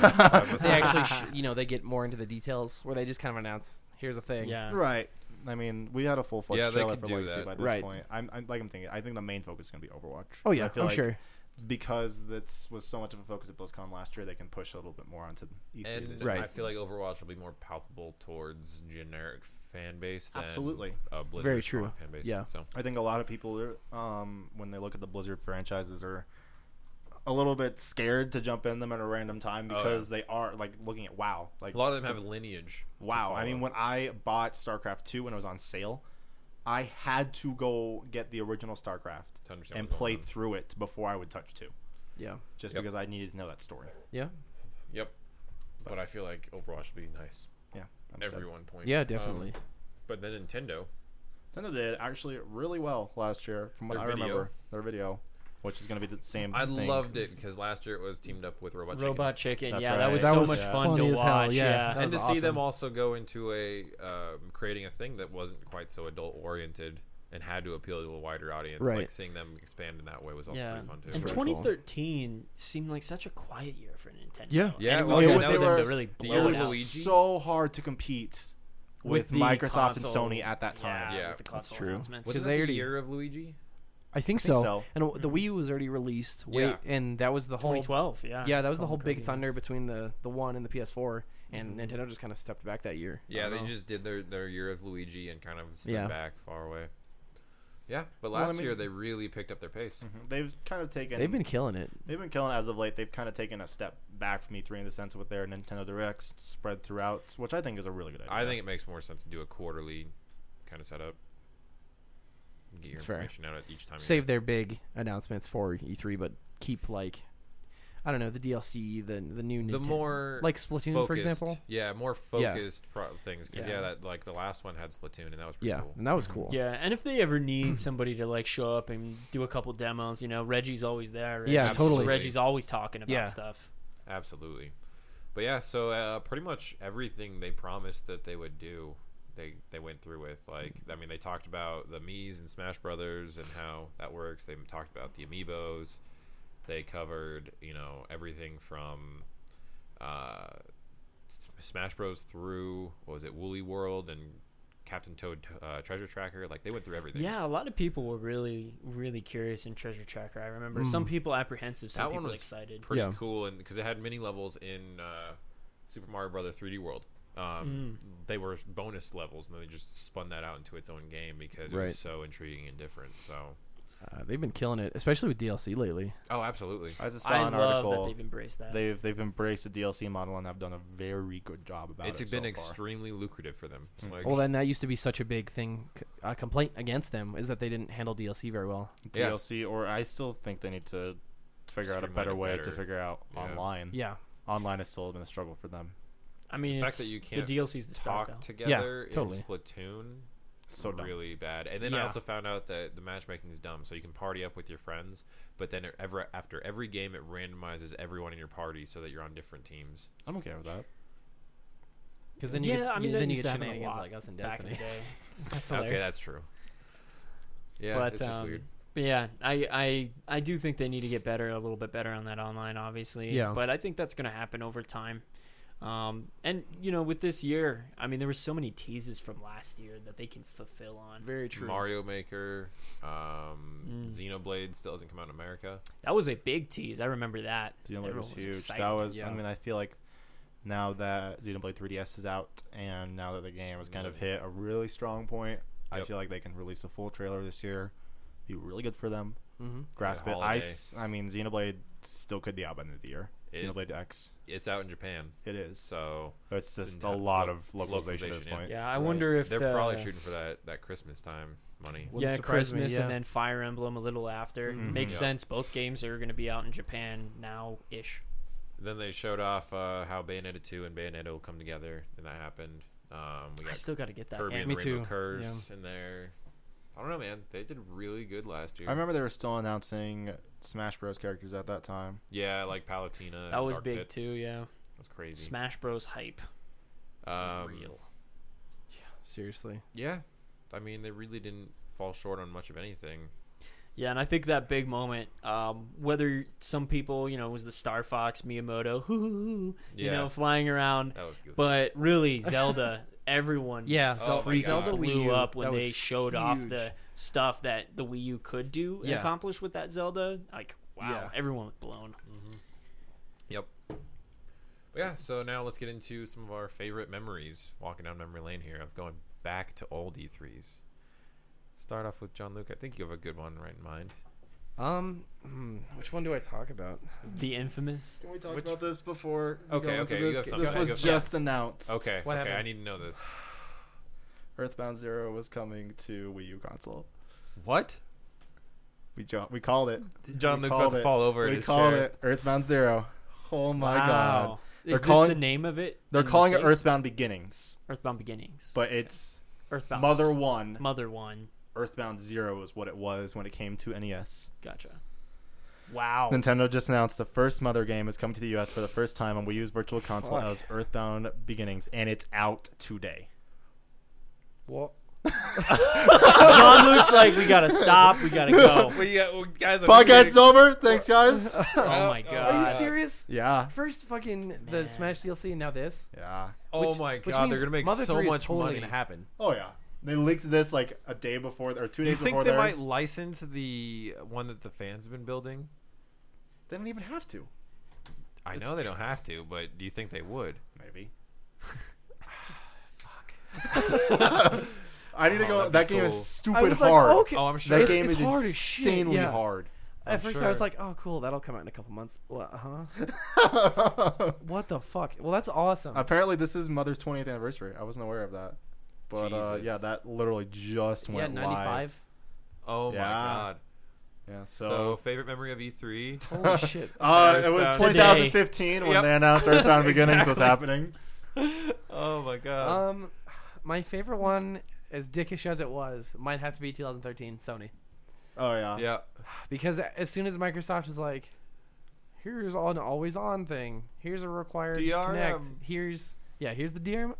S4: they actually sh- you know they get more into the details where they just kind of announce here's a thing.
S1: Yeah.
S2: Right. I mean, we had a full fledged
S3: Yeah, they
S2: trailer
S3: could
S2: for
S3: do
S2: Legacy
S3: that.
S2: by this
S4: Right.
S2: point. I'm, I'm like I'm thinking. I think the main focus is going to be Overwatch.
S4: Oh
S2: I
S4: yeah,
S2: feel
S4: I'm
S2: like
S4: sure.
S2: because that's was so much of a focus at BlizzCon last year. They can push a little bit more onto E3.
S3: And
S2: this
S4: Right.
S2: year.
S3: I feel like Overwatch will be more palpable towards generic fan base. Than
S2: Absolutely.
S3: A Blizzard
S4: Very true.
S3: Fan base.
S4: Yeah.
S3: So
S2: I think a lot of people, are, um, when they look at the Blizzard franchises, are a little bit scared to jump in them at a random time
S3: Oh, yeah.
S2: because they are like looking at WoW. Like
S3: a lot of them have a lineage. to
S2: wow. I mean,
S3: follow.
S2: when I bought StarCraft two when it was on sale, I had to go get the original StarCraft
S3: To understand
S2: and
S3: what's going
S2: play
S3: on.
S2: through it before I would touch two,
S4: Yeah,
S2: just
S3: Yep.
S2: because I needed to know that story.
S4: yeah,
S3: Yep. But, I feel like Overwatch would be nice.
S2: Yeah, I'm sad.
S3: Everyone point.
S4: yeah,
S3: Um,
S4: definitely.
S3: but then Nintendo.
S2: Nintendo did actually really well last year, from what
S3: Their
S2: I
S3: video.
S2: remember. Their video, which is going to be the same.
S3: I
S2: thing.
S3: loved it because last year it was teamed up with Robot Chicken.
S1: Robot Chicken.
S2: That's
S1: yeah,
S2: right.
S1: that was
S2: That
S1: so
S2: was
S1: much
S2: yeah.
S1: fun
S4: funny
S1: to
S4: as
S1: watch.
S4: hell, yeah.
S1: yeah.
S4: That
S3: and to
S4: was
S3: see them
S4: awesome.
S3: also go into a um, creating a thing that wasn't quite so adult oriented and had to appeal to a wider audience. Like
S4: Right.
S3: seeing them expand in that way was also
S1: Yeah.
S3: pretty fun too.
S1: And
S4: pretty cool.
S1: 2013 seemed like such a quiet year for Nintendo.
S4: Yeah.
S3: Yeah,
S1: And
S3: it
S1: it
S3: was
S1: was
S2: good.
S1: good for
S2: They
S1: them
S2: were-
S1: to really
S3: the
S1: blow
S3: year
S1: it
S2: It
S3: with
S1: out.
S2: was
S3: Luigi?
S2: so hard to compete with,
S1: With the
S2: Microsoft
S1: console.
S2: and Sony at that time.
S1: Yeah,
S3: Yeah.
S1: with the console
S4: true.
S1: announcements.
S4: Was
S3: was
S4: Wasn't
S3: it
S4: it they the
S3: the
S4: already- year
S3: year of Luigi?
S4: I think,
S2: think
S4: so.
S2: so.
S4: And w- the Wii U was already released. Wait,
S3: Yeah.
S4: and that was the whole
S1: 2012. Yeah.
S4: Yeah, that was the whole
S1: Something
S4: big
S1: crazy. Mm-hmm.
S4: thunder between the the one and the PS4, and Nintendo just kind of stepped back that year. Um, I
S3: Yeah,
S4: don't
S3: they
S4: know.
S3: just did their, their year of Luigi and kind of stood
S4: Yeah.
S3: back far away. Yeah, but
S2: Well, I
S3: last
S2: mean-
S3: year they really picked up their pace.
S2: Mm-hmm. They've kind of taken
S4: they've been killing it.
S2: they've been killing it as of late. They've kind of taken a step back from E3 in the sense with their Nintendo Directs spread throughout, which I think is a really good idea.
S3: I think it makes more sense to do a quarterly kind of setup. Get your
S4: It's fair.
S3: information out at each time. you-
S4: Save their big announcements for E3, but keep like, I don't know, the DLC, the the new
S3: the
S4: Ninten-
S3: more
S4: like Splatoon for
S3: focused-
S4: example.
S3: Yeah, more
S4: Yeah.
S3: focused Pro- things because yeah.
S1: Yeah.
S3: that like the last one had Splatoon and that was pretty
S4: Yeah,
S3: cool.
S4: and that was cool.
S1: Mm-hmm. Yeah, and if they ever need somebody to like show up and do a couple demos, you know, Reggie's always there.
S4: Yeah,
S1: Reggie's-
S4: totally.
S1: Reggie's always talking about
S4: Yeah.
S1: stuff.
S3: Absolutely, but yeah, so uh, pretty much everything they promised that they would do, they they went through with. Like, I mean, they talked about the Mii's and Smash Brothers and how that works. They talked about the Amiibos. They covered you know everything from. Uh, S- Smash Bros. through what was it Woolly World and Captain Toad uh, Treasure Tracker. Like they went through everything.
S1: Yeah, a lot of people were really, really curious in Treasure Tracker. I remember some people apprehensive, some
S3: Hmm. that
S1: people
S3: one was
S1: excited.
S3: pretty
S4: Yeah.
S3: cool, and because it had mini levels in uh, Super Mario Brother 3D World. Um,
S2: Mm.
S3: They were bonus levels, and then they just spun that out into its own game because it
S4: Right.
S3: was so intriguing and different. So,
S4: Uh, they've been killing it, especially with DLC lately.
S3: oh, absolutely.
S2: I just saw
S1: I
S2: an
S1: love
S2: article.
S1: that they've embraced that.
S2: they've they've embraced the DLC model and have done a very good job about
S3: It's
S2: it.
S3: been
S2: so far. Mm.
S3: extremely lucrative for them. Like,
S4: Well, then that used to be such a big thing, c- a complaint against them is that they didn't handle DLC very well.
S1: Mm-hmm.
S3: Yeah.
S2: DLC, or I still think they need to figure out a
S3: Streamline
S2: better
S3: it
S2: way to
S3: better.
S2: figure out
S3: Yeah.
S2: online.
S4: Yeah,
S2: Online has still been a struggle for them.
S1: I mean,
S3: The fact
S1: it's-
S3: that you
S1: the
S3: can't
S1: DLC's the start.
S3: talk
S1: though.
S3: together
S4: totally.
S3: in Splatoon.
S2: So dumb.
S3: really bad. And then I
S1: Yeah.
S3: also found out that the matchmaking is dumb. So you can party up with your friends, but then e-, ever after every game, it randomizes everyone in your party so that you're on different teams.
S2: I'm okay with that.
S4: Because then you
S1: yeah,
S4: get,
S1: I mean,
S4: you,
S1: that
S4: then you
S1: used
S4: get
S1: to happen a
S4: shenanigans
S1: lot
S4: like us in
S1: back in the
S4: Destiny.
S1: day. That's
S3: Okay,
S1: hilarious.
S3: that's true. Yeah,
S1: but
S3: it's just
S1: um,
S3: weird.
S1: but yeah, I, I I do think they need to get better a little bit better on that online, obviously.
S4: Yeah.
S1: But I think that's going to happen over time. Um, and you know, with this year, I mean, there were so many teases from last year that they can fulfill on.
S4: Very true.
S3: Mario Maker, um,
S1: Mm.
S3: Xenoblade still doesn't come out in America.
S1: That was a big tease. I remember that.
S2: Xenoblade
S1: Everyone
S2: was huge.
S1: excited.
S2: That was.
S1: Yeah.
S2: I mean, I feel like now that Xenoblade 3DS is out, and now that the game has kind of hit a really strong point, I
S3: Yep.
S2: feel like they can release a full trailer this year. Be really good for them.
S4: Mm-hmm.
S2: Grasp
S3: Yeah,
S2: it. I,
S3: holiday.
S2: s- I mean, Xenoblade still could be out by the end of the year.
S3: It-
S2: Xenoblade X.
S3: It's out in Japan,
S2: It is.
S3: so
S2: it's just a
S3: Nintendo-
S2: lot
S3: lo-
S2: of localization,
S3: localization, yeah.
S2: at this point.
S1: yeah, I wonder if
S3: they're
S1: the,
S3: probably shooting for that that Christmas time money.
S4: Wouldn't
S1: yeah, Mm-hmm.
S4: surprise me,
S1: Christmas and
S4: yeah.
S1: then Fire Emblem a little after.
S2: Mhm.
S1: Makes
S3: Yeah.
S1: sense. Both games are going to be out in Japan now ish.
S3: Then they showed off uh, how Bayonetta 2 and Bayonetta will come together, and that happened. Um, we
S1: I
S3: got
S1: still got to get that
S3: Kirby
S1: game.
S3: and the
S4: Me
S3: Rainbow
S4: too,
S3: Curse in there. I don't know, man. They did really good last year.
S2: I remember they were still announcing Smash Bros. characters at that time.
S3: Yeah, like Palatina.
S1: That
S3: and
S1: was
S3: Dark
S1: big
S3: Pit.
S1: too. Yeah,
S3: That was crazy.
S1: Smash Bros. hype was
S3: um,
S1: real.
S4: Seriously.
S3: Yeah, I mean they really didn't fall short on much of anything.
S1: Yeah, and I think that big moment, um, whether some people, you know, it was the Star Fox Miyamoto, hoo, hoo, hoo, you
S3: Yeah.
S1: know, flying around,
S3: That was good.
S1: but really Zelda, everyone,
S4: Yeah,
S3: Oh my
S1: freaking
S3: God. Zelda
S1: blew
S4: Wii U,
S1: up when
S4: that
S1: they
S4: was
S1: showed off
S4: huge.
S1: the stuff that the Wii U could do and
S4: Yeah.
S1: accomplish with that Zelda. Like, wow,
S4: Yeah.
S1: everyone was blown.
S3: yep. But yeah, so now let's get into some of our favorite memories walking down memory lane here of going back to old E3s. Start off with John Luke. I think you have a good one right in mind.
S4: Um, hmm, which one do I talk about?
S1: The infamous.
S2: Can we talk
S4: Which-
S2: about this before?
S3: Okay, go into okay, you this? have something. This Go was ahead, go for it. just
S2: announced.
S3: Okay,
S4: What
S3: okay, I
S4: happened?
S3: need to know this.
S2: Earthbound Zero was coming to Wii U console.
S3: What?
S2: We jo- we called it.
S3: John
S2: We
S3: Luke's about
S2: called
S3: to
S2: it.
S3: fall over. in
S2: we
S3: his
S2: called
S3: chair.
S2: it Earthbound Zero. Oh my
S1: wow. Is
S2: god. They're
S1: this
S2: calling-
S1: the name of it?
S2: They're
S1: in the
S2: calling it
S1: States?
S2: Earthbound Beginnings,
S1: Earthbound Beginnings.
S2: but it's
S1: Earthbound.
S2: Mother 1.
S1: Mother One.
S2: Earthbound Zero is what it was when it came to NES.
S1: Gotcha. Wow.
S2: Nintendo just announced the first Mother game has come to the US for the first time on Wii U's Virtual Console
S4: Fuck.
S2: as Earthbound Beginnings, and it's out today.
S4: What?
S1: John Luke's like, we gotta stop, we gotta go.
S3: We got well, guys. I'm
S2: Podcast
S3: gonna-
S2: over. Thanks, guys.
S1: Oh my
S3: Are
S1: god.
S4: Are you
S3: Uh,
S4: serious?
S2: yeah.
S4: First fucking the
S1: Man.
S4: Smash DLC and now this.
S2: Yeah.
S3: Oh
S4: Which-
S3: my
S4: which
S3: god, they're
S4: means
S3: gonna make
S4: Mother
S3: so
S4: 3 is
S3: much
S4: totally
S3: money.
S4: gonna happen.
S2: Oh, yeah. They leaked this like a day before or two
S3: Do you
S2: days
S3: think
S2: before
S3: they
S2: theirs.
S3: might license the one that the fans have been building?
S2: They don't even have to.
S3: I know they don't have to, but do you think they would?
S2: Maybe. I need to
S3: Oh,
S2: go.
S3: that'd
S2: That
S3: be
S2: game
S3: cool.
S2: is
S4: I
S2: stupid
S4: was like,
S2: hard.
S4: okay.
S3: Oh, I'm sure.
S2: That
S4: It's-
S2: game
S4: it's
S2: is
S4: hard as shit,
S2: insanely
S4: yeah.
S2: hard.
S4: At
S3: I'm
S4: first I was
S3: sure.
S4: like, oh cool, that'll come out in a couple months. What, huh? What the fuck? Well, that's awesome.
S2: Apparently, this is Mother's 20th anniversary. I wasn't aware of that. But uh,
S3: Jesus.
S2: yeah, that literally just
S4: yeah,
S2: went live.
S4: 95.
S3: oh my
S2: Yeah.
S3: god.
S2: Yeah, so.
S3: So, favorite memory of E E3?
S4: Holy shit.
S2: uh, it was
S3: Earthbound.
S2: 2015 when
S3: Yep.
S2: they announced Earthbound Beginnings was
S3: Exactly.
S2: happening.
S3: Oh my god.
S4: Um, my favorite one, as dickish as it was, might have to be 2013 Sony.
S2: Oh yeah,
S3: yeah.
S4: Because as soon as Microsoft was like, here's an always on thing, here's a required connect,
S3: DRM.
S4: here's yeah, here's the DRM,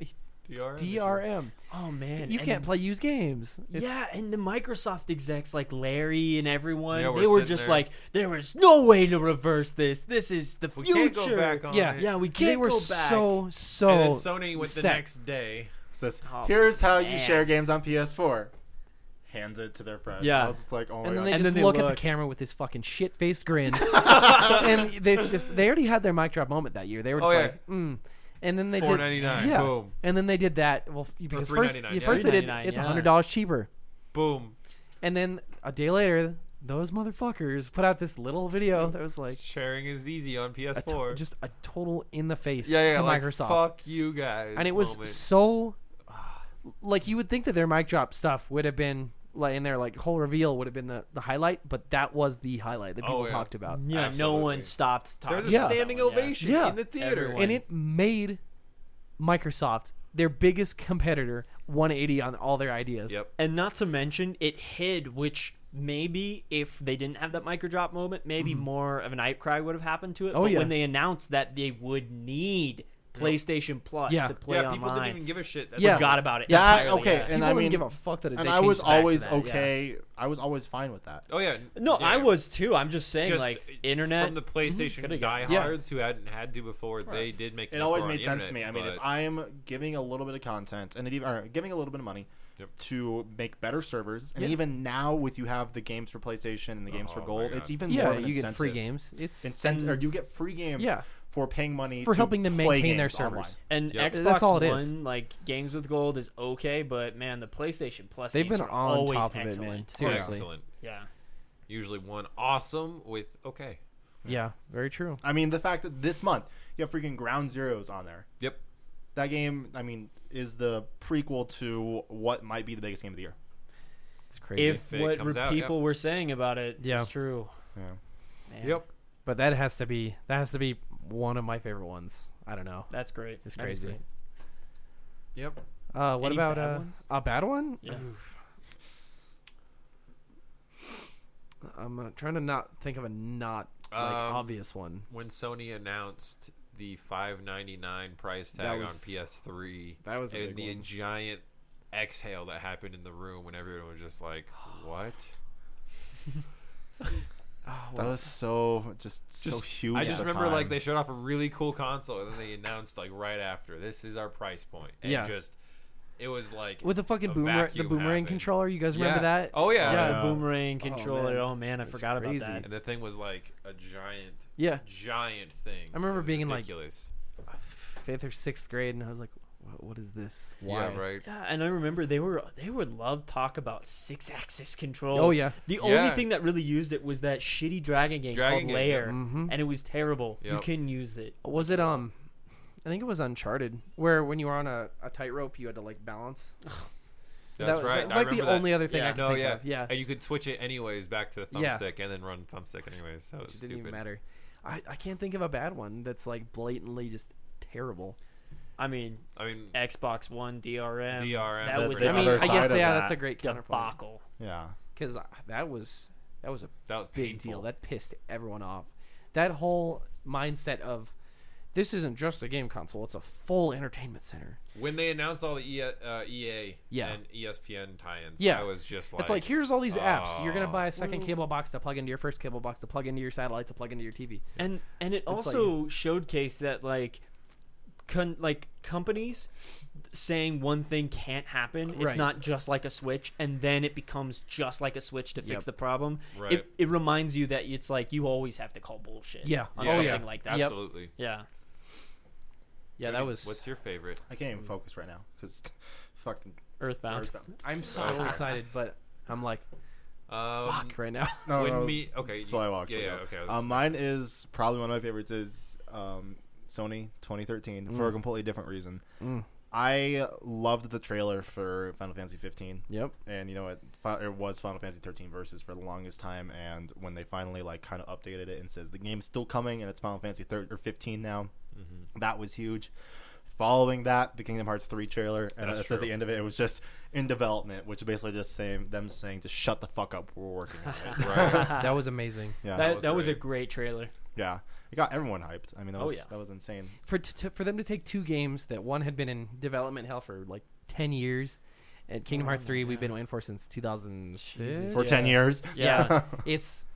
S3: DRM.
S4: DRM.
S1: Oh man,
S4: You
S1: and
S4: can't play used games. It's-
S1: yeah, and the Microsoft execs like Larry and everyone,
S3: Yeah, we're
S1: they were
S3: sitting
S1: just
S3: there.
S1: like, there is no way to reverse this. This is the
S3: We
S1: future.
S3: can't go back on
S4: Yeah.
S3: it.
S1: yeah, we can't
S4: they were
S1: go back.
S4: so so.
S3: And then Sony went the
S4: set.
S3: next day.
S2: says
S1: Oh,
S2: here's how you
S1: man.
S2: share games on PS4. Hands it to their friend.
S1: Yeah.
S2: I was just like, oh my
S4: And then
S2: god.
S4: they
S1: And
S4: just
S1: then they
S4: look at the
S1: looked.
S4: camera with this fucking shit faced grin, and it's just they already had their mic drop moment that year. They were just
S3: Oh, yeah.
S4: like, mm. and then they did
S3: $4.99,
S4: yeah.
S3: boom.
S4: and then they did that. Well, f- because first,
S3: $3.99,
S4: yeah,
S3: yeah.
S4: first they did
S1: $3.99,
S4: it's
S1: yeah.
S4: hundred dollars cheaper,
S3: Boom.
S4: and then a day later, those motherfuckers put out this little video that was like
S3: Sharing is easy on
S4: a to-
S3: PS4.
S4: just a total in the face
S3: yeah, yeah,
S4: to
S3: like,
S4: Microsoft,
S3: Fuck you guys.
S4: and it was
S3: moment.
S4: so like you would think that their mic drop stuff would have been like in their like whole reveal would have been the, the highlight, but that was the highlight that people
S3: Oh, yeah.
S4: talked about.
S1: Yeah, no one
S3: Absolutely.
S1: stopped
S3: There
S1: talking.
S3: was a
S4: Yeah.
S1: about that
S3: standing
S1: one, yeah.
S3: ovation
S4: Yeah.
S3: in the theater.
S2: Mm-hmm.
S1: Everyone.
S4: And it made Microsoft, their biggest competitor, 180 on all their ideas.
S3: Yep.
S1: And not to mention, it hid, which maybe if they didn't have that micro drop moment, maybe
S3: Mm-hmm.
S1: more of an hype cry would have happened to it.
S4: Oh,
S1: but
S4: yeah.
S1: when they announced that they would need PlayStation Plus
S4: Yeah.
S1: to play
S3: yeah, people
S1: online,
S3: didn't even give a shit. That's
S4: Yeah.
S3: what-
S1: forgot about it.
S2: Yeah, I-
S1: entirely,
S2: okay,
S1: yeah.
S2: And
S4: People
S2: I
S4: wouldn't
S2: mean-
S4: give a fuck that it,
S2: and
S4: they
S2: I
S4: changed
S2: was
S4: it back to
S2: always
S4: that, yeah.
S2: okay. I was always fine with that.
S3: Oh yeah.
S1: No,
S3: yeah.
S1: I was too. I'm just saying,
S3: Just
S1: like internet.
S3: from the PlayStation
S1: Coulda got
S3: diehards who hadn't had to before. They did make an
S2: It always
S3: uproar on
S2: made
S3: the
S2: sense to me. I
S3: internet,
S2: mean, if
S3: but-
S2: I'm giving a little bit of content and it even, or giving a little bit of money
S3: Yep.
S2: to make better servers, and even now with you have the games for PlayStation and the games for
S3: Oh my
S2: Gold,
S3: God.
S2: it's even more
S4: Yeah,
S2: of an
S4: you get
S2: incentive.
S4: free games. It's
S2: Incent- or you get free games
S4: Yeah.
S2: for paying money
S4: for
S2: to
S4: helping them
S2: play
S4: maintain their
S2: games
S4: servers.
S2: online.
S1: and
S3: Yep.
S1: Xbox
S4: That's all it
S1: One,
S4: is.
S1: like games with gold, is okay, but man, the PlayStation Plus
S4: They've
S1: games
S4: been
S1: are
S4: on
S1: always
S4: top of it, man.
S1: excellent.
S3: Yeah,
S4: Seriously.
S3: excellent.
S1: Yeah,
S3: Usually one awesome with okay.
S4: yeah, very true.
S2: I mean, the fact that this month you have freaking Ground Zeroes on there.
S3: Yep.
S2: That game, I mean, is the prequel to what might be the biggest game of the year.
S4: It's crazy.
S1: if
S3: If it
S1: what
S3: comes
S1: re-
S3: out, yeah.
S1: people were saying about it is
S4: Yeah.
S1: true,
S2: Yeah.
S1: man,
S3: Yep.
S4: but that has to be that has to be one of my favorite ones. I don't know.
S1: that's great.
S4: It's
S1: That is
S4: crazy.
S1: great.
S3: Yep.
S4: Uh, what
S1: Any
S4: about
S1: bad
S4: uh,
S1: ones?
S4: a bad one?
S1: Yeah.
S4: I'm uh, trying to not think of a not like
S3: Um,
S4: obvious one.
S3: When Sony announced the 5.99 price
S4: That
S3: tag
S4: was-
S3: on PS3,
S4: that was the
S3: and
S4: big
S3: the
S4: one.
S3: giant exhale that happened in the room when everyone was just like, "What?"
S4: Oh,
S2: That was so just, so
S3: Just-
S2: huge.
S3: I
S2: at
S3: just
S2: the
S3: remember like
S2: time.
S3: they showed off a really cool console, and then they announced like right after, "This is our price point," and
S4: Yeah.
S3: just it was like
S4: With the fucking
S3: a
S4: boomer, the
S3: vacuum
S4: boomerang
S3: happened.
S4: controller. You guys remember
S3: Yeah.
S4: that?
S3: Oh yeah.
S1: Yeah,
S2: Yeah.
S1: the boomerang
S4: man.
S1: controller. Oh man, I
S4: It's
S1: forgot
S4: crazy.
S1: about that.
S3: And the thing was like a giant,
S4: Yeah.
S3: giant thing.
S4: I remember
S3: It was
S4: being in, like,
S3: ridiculous.
S4: Fifth or sixth grade, and I was like, "What, what is this? Why?"
S3: yeah, right.
S1: Yeah, and I remember they were they would love talk about six axis controls.
S4: Oh, yeah.
S1: the
S3: Yeah.
S1: only thing that really used it was that shitty dragon game
S3: Dragon
S1: called
S3: game,
S1: Lair,
S3: yeah.
S4: Mhm.
S1: and it was terrible. You
S3: Yep.
S1: couldn't use it.
S4: Was it um? I think it was Uncharted, where when you were on a, a tightrope, you had to like balance.
S3: That's
S4: that,
S3: right.
S4: That's
S3: I
S4: like the
S3: remember that.
S4: only other thing I
S1: Yeah.
S4: could
S3: No,
S4: think
S3: yeah,
S4: of. Yeah,
S3: And you could switch it anyways back to the
S4: Yeah.
S3: thumbstick and then run thumbstick anyways. So
S4: It
S3: it's
S4: didn't
S3: stupid.
S4: even matter. I, I can't think of a bad one that's like blatantly just terrible.
S1: I mean,
S3: I mean,
S1: Xbox One DRM,
S3: DRM.
S1: that
S2: That's
S1: was
S2: the
S1: a
S4: I mean,
S2: other
S4: I
S2: side
S4: guess
S2: of
S4: yeah,
S2: that.
S4: that's a great counterpoint
S1: debacle.
S2: yeah.
S4: because that was that was a
S3: that was
S4: big
S3: painful.
S4: deal. That pissed everyone off. That whole mindset of this isn't just a game console; it's a full entertainment center.
S3: When they announced all the e, uh, EA
S4: Yeah.
S3: and E ESPN tie-ins,
S4: Yeah.
S3: I was just like,
S4: it's like here's all these apps. You're gonna
S3: oh.
S4: buy a second cable box to plug into your first cable box to plug into your satellite to plug into your TV.
S1: And and it
S4: like-
S1: also showcased that like, con- like companies saying one thing can't happen. It's
S4: Right.
S1: not just like a switch, and then it becomes just like a switch to
S4: Yep.
S1: fix the problem.
S3: Right.
S1: It, it reminds you that it's like you always have to call bullshit.
S4: Yeah.
S1: on
S3: Yeah.
S1: something
S3: Oh, Yeah.
S1: like that.
S3: absolutely.
S1: Yeah.
S4: Yeah, that
S3: Cody,
S4: was.
S3: What's your favorite?
S2: I can't even focus right now because fucking.
S1: Earthbound.
S4: I'm so excited, but I'm like
S3: Um,
S4: fuck right now.
S2: No,
S3: when
S2: no,
S3: me, okay.
S2: So I walked.
S3: Yeah,
S2: right
S3: yeah.
S2: now.
S3: Okay. I was-
S2: Um, mine is probably one of my favorites is um, Sony 2013 for a completely different reason.
S4: Mm.
S2: I loved the trailer for Final Fantasy 15,
S4: yep.
S2: and you know it, fi- it was Final Fantasy 13 versus for the longest time. And when they finally like kind of updated it and says the game's still coming and it's Final Fantasy 13 or 15 now,
S4: Mm-hmm.
S2: that was huge. Following that, the Kingdom Hearts 3 trailer, and
S3: That's
S2: that's at
S3: true.
S2: the end of it. It was just in development, which basically just saying them saying just shut the fuck up, we're working on it.
S3: right.
S4: That was amazing.
S2: Yeah,
S1: that,
S3: was
S1: that was a
S3: great.
S1: great trailer.
S2: Yeah, it got everyone hyped. I mean, that
S1: Oh,
S2: was
S1: yeah.
S2: that was insane.
S4: for t- t- for them to take two games that one had been in development hell for like ten years, and Kingdom Hearts three we've
S3: Oh,
S4: been waiting for since two thousand six.
S1: Jesus.
S2: For
S1: Yeah.
S2: ten years,
S4: Yeah, it's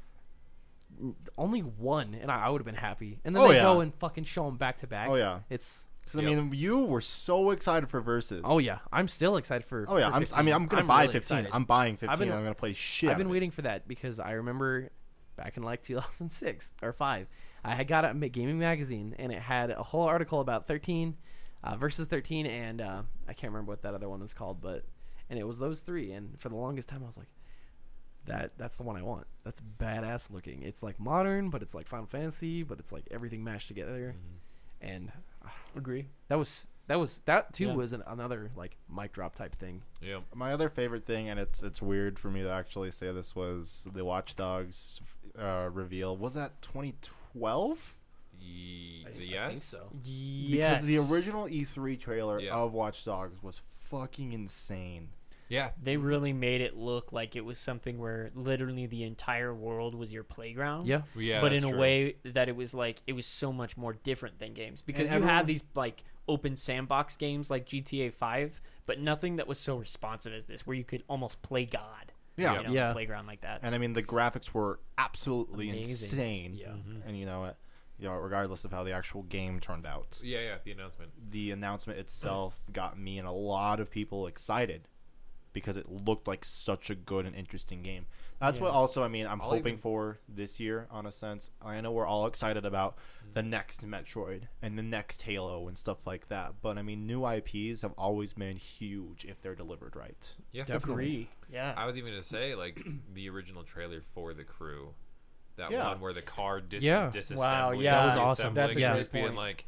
S4: only one, and I, I would have been happy. And then
S2: Oh,
S4: they
S2: yeah.
S4: go and fucking show them back to back.
S2: Oh, yeah.
S4: it's
S2: 'Cause, I mean, you were so excited for versus.
S4: oh yeah. I'm still excited for.
S2: oh yeah.
S4: for
S2: I'm, s- I mean, I'm gonna
S4: 15.
S2: buy
S4: really
S2: fifteen.
S4: excited.
S2: I'm buying
S4: I've
S2: fifteen.
S4: been-
S2: and I'm gonna play shit.
S4: I've been
S2: out of it.
S4: waiting for that because I remember back in like 2006 or 5, I had got a ma- gaming magazine and it had a whole article about 13 uh, versus 13 and uh, I can't remember what that other one was called, but and it was those three and for the longest time I was like that that's the one I want. That's badass looking. It's like modern, but it's like Final Fantasy, but it's like everything mashed together. And
S1: Mm-hmm.
S4: uh,
S1: Agree.
S4: that was That was that too
S1: Yeah.
S4: was an, another like mic drop type thing.
S3: Yeah.
S2: My other favorite thing, and it's it's weird for me to actually say this, was the Watchdogs uh, reveal. Was that 2012?
S3: Ye-
S4: I
S3: yes.
S4: think so.
S1: Yes.
S2: Because the original E3 trailer
S3: Yeah.
S2: of Watch Dogs was fucking insane.
S3: Yeah.
S1: They really made it look like it was something where literally the entire world was your playground.
S4: Yeah.
S3: Well, yeah.
S1: but
S3: that's
S1: in a
S3: true.
S1: way that it was like it was so much more different than games because you
S2: everyone-
S1: had these like open sandbox games like GTA 5 but nothing that was so responsive as this where you could almost play god
S2: Yeah.
S1: you know, on
S4: Yeah.
S1: the playground like that
S2: And I mean, the graphics were absolutely
S1: Amazing.
S2: insane.
S1: Yeah.
S2: And you know what? You know, regardless of how the actual game turned out,
S3: Yeah, yeah. The announcement.
S2: the announcement itself got me and a lot of people excited because it looked like such a good and interesting game. That's what
S1: Yeah.
S2: also I mean I'm
S3: I'll
S2: hoping
S3: even-
S2: for this year on a sense. I know we're all excited about the next Metroid and the next Halo and stuff like that, but I mean new IPs have always been huge if they're delivered right.
S3: Yeah.
S4: Definitely.
S1: yeah
S3: I was even gonna say like the original trailer for the crew, that
S2: Yeah.
S3: one where the car dis-
S4: Yeah.
S3: disassembling,
S1: Wow, yeah,
S4: That was awesome.
S1: that's a
S3: and
S1: great
S3: just being
S1: point.
S3: like,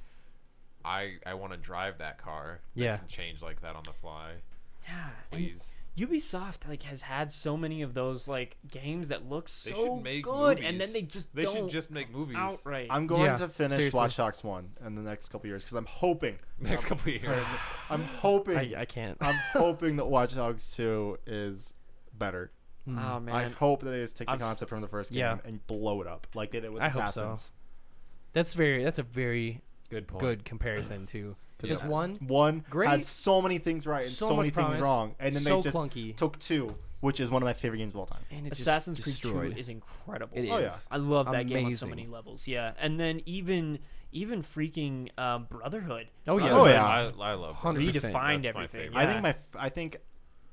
S3: I I want to drive that car. I
S4: Yeah.
S3: can change like that on the fly,
S1: yeah and
S3: please.
S1: Ubisoft like has had so many of those like games that look so
S3: They should make
S1: good
S3: movies.
S1: and then they just
S3: they
S1: don't
S3: should just make movies
S1: outright
S2: I'm going
S4: Yeah,
S2: to finish
S4: seriously.
S2: Watch Dogs 1 in the next couple years cuz I'm hoping
S3: next couple of years.
S2: I'm hoping
S4: I, I can't.
S2: I'm hoping that Watch Dogs 2 is better.
S1: oh
S2: I
S1: man
S2: hope that they just take the
S1: I've-
S2: concept from the first game
S4: Yeah.
S2: and blow it up like they did with
S4: I hope so.
S2: Assassins.
S4: That's very. That's a very
S3: Good point.
S4: good comparison too. Because
S2: Yeah.
S4: one
S2: One
S4: Great.
S2: had so many things right and so,
S4: So much
S2: many things
S4: promise.
S2: wrong, and then
S4: So
S2: they just
S4: clunky.
S2: took two, which is one of my favorite games of all time.
S4: and it just
S1: Assassin's Creed
S4: destroyed.
S1: 2 is incredible
S4: It
S2: Oh,
S4: is.
S2: yeah.
S1: I love that game on so
S4: Amazing.
S1: many levels. Yeah, and then even even freaking uh, Brotherhood.
S4: Oh yeah.
S2: Oh, yeah.
S3: I, I love.
S4: 100%.
S1: redefined
S3: That's my
S1: everything.
S3: favorite.
S2: I
S1: Yeah.
S2: think my f- I think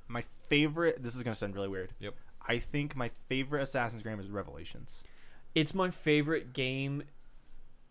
S2: my favorite. This is gonna sound really weird.
S3: Yep.
S2: I think my favorite Assassin's game is Revelations.
S1: It's my favorite game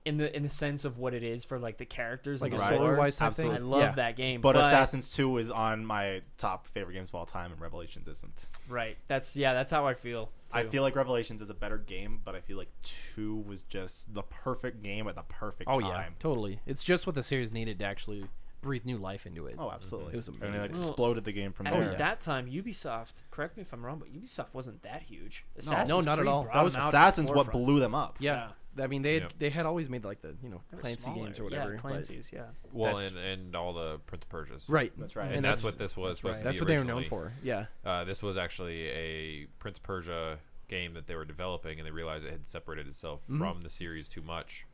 S1: in the in the sense of what it is for like the characters
S4: Like
S1: and
S4: a
S1: the
S2: Right.
S4: story
S1: lore.
S4: wise type
S1: I
S4: thing.
S2: Absolutely.
S1: love
S4: Yeah.
S1: that game,
S2: But, Assassin's Two is on my top favorite games of all time, and Revelations isn't.
S1: right? That's yeah, that's how I feel.
S2: I
S1: too.
S2: feel like Revelations is a better game, but I feel like Two was just the perfect game at the perfect
S4: Oh yeah.
S2: time.
S4: Totally. It's just what the series needed to actually breathe new life into it.
S2: Oh, absolutely.
S4: It was
S2: And it
S4: amazing.
S2: exploded the game from
S1: At
S2: there.
S1: that time, Ubisoft. Correct me if I'm wrong, but Ubisoft wasn't that huhuge.
S4: no,
S1: Assassin's
S4: not at
S1: Creed
S4: all.
S1: brought
S4: That was
S1: them out to the
S2: Assassin's what
S1: forefront.
S2: blew them up.
S4: Yeah. I mean, they had,
S3: Yep.
S4: they had always made like the you know
S1: They were
S4: Clancy
S1: smaller.
S4: games or whatever.
S1: Yeah,
S4: but-
S1: Clancy's. Yeah,
S3: Well,
S4: That's-
S3: and, and all the Prince of Persia's.
S4: Right.
S2: That's right.
S3: And,
S2: And
S3: that's, what this was supposed to be.
S4: That's what they were known
S3: originally.
S4: for. Yeah.
S3: Uh, this was actually a Prince of Persia game that they were developing, and they realized it had separated itself from the series too much,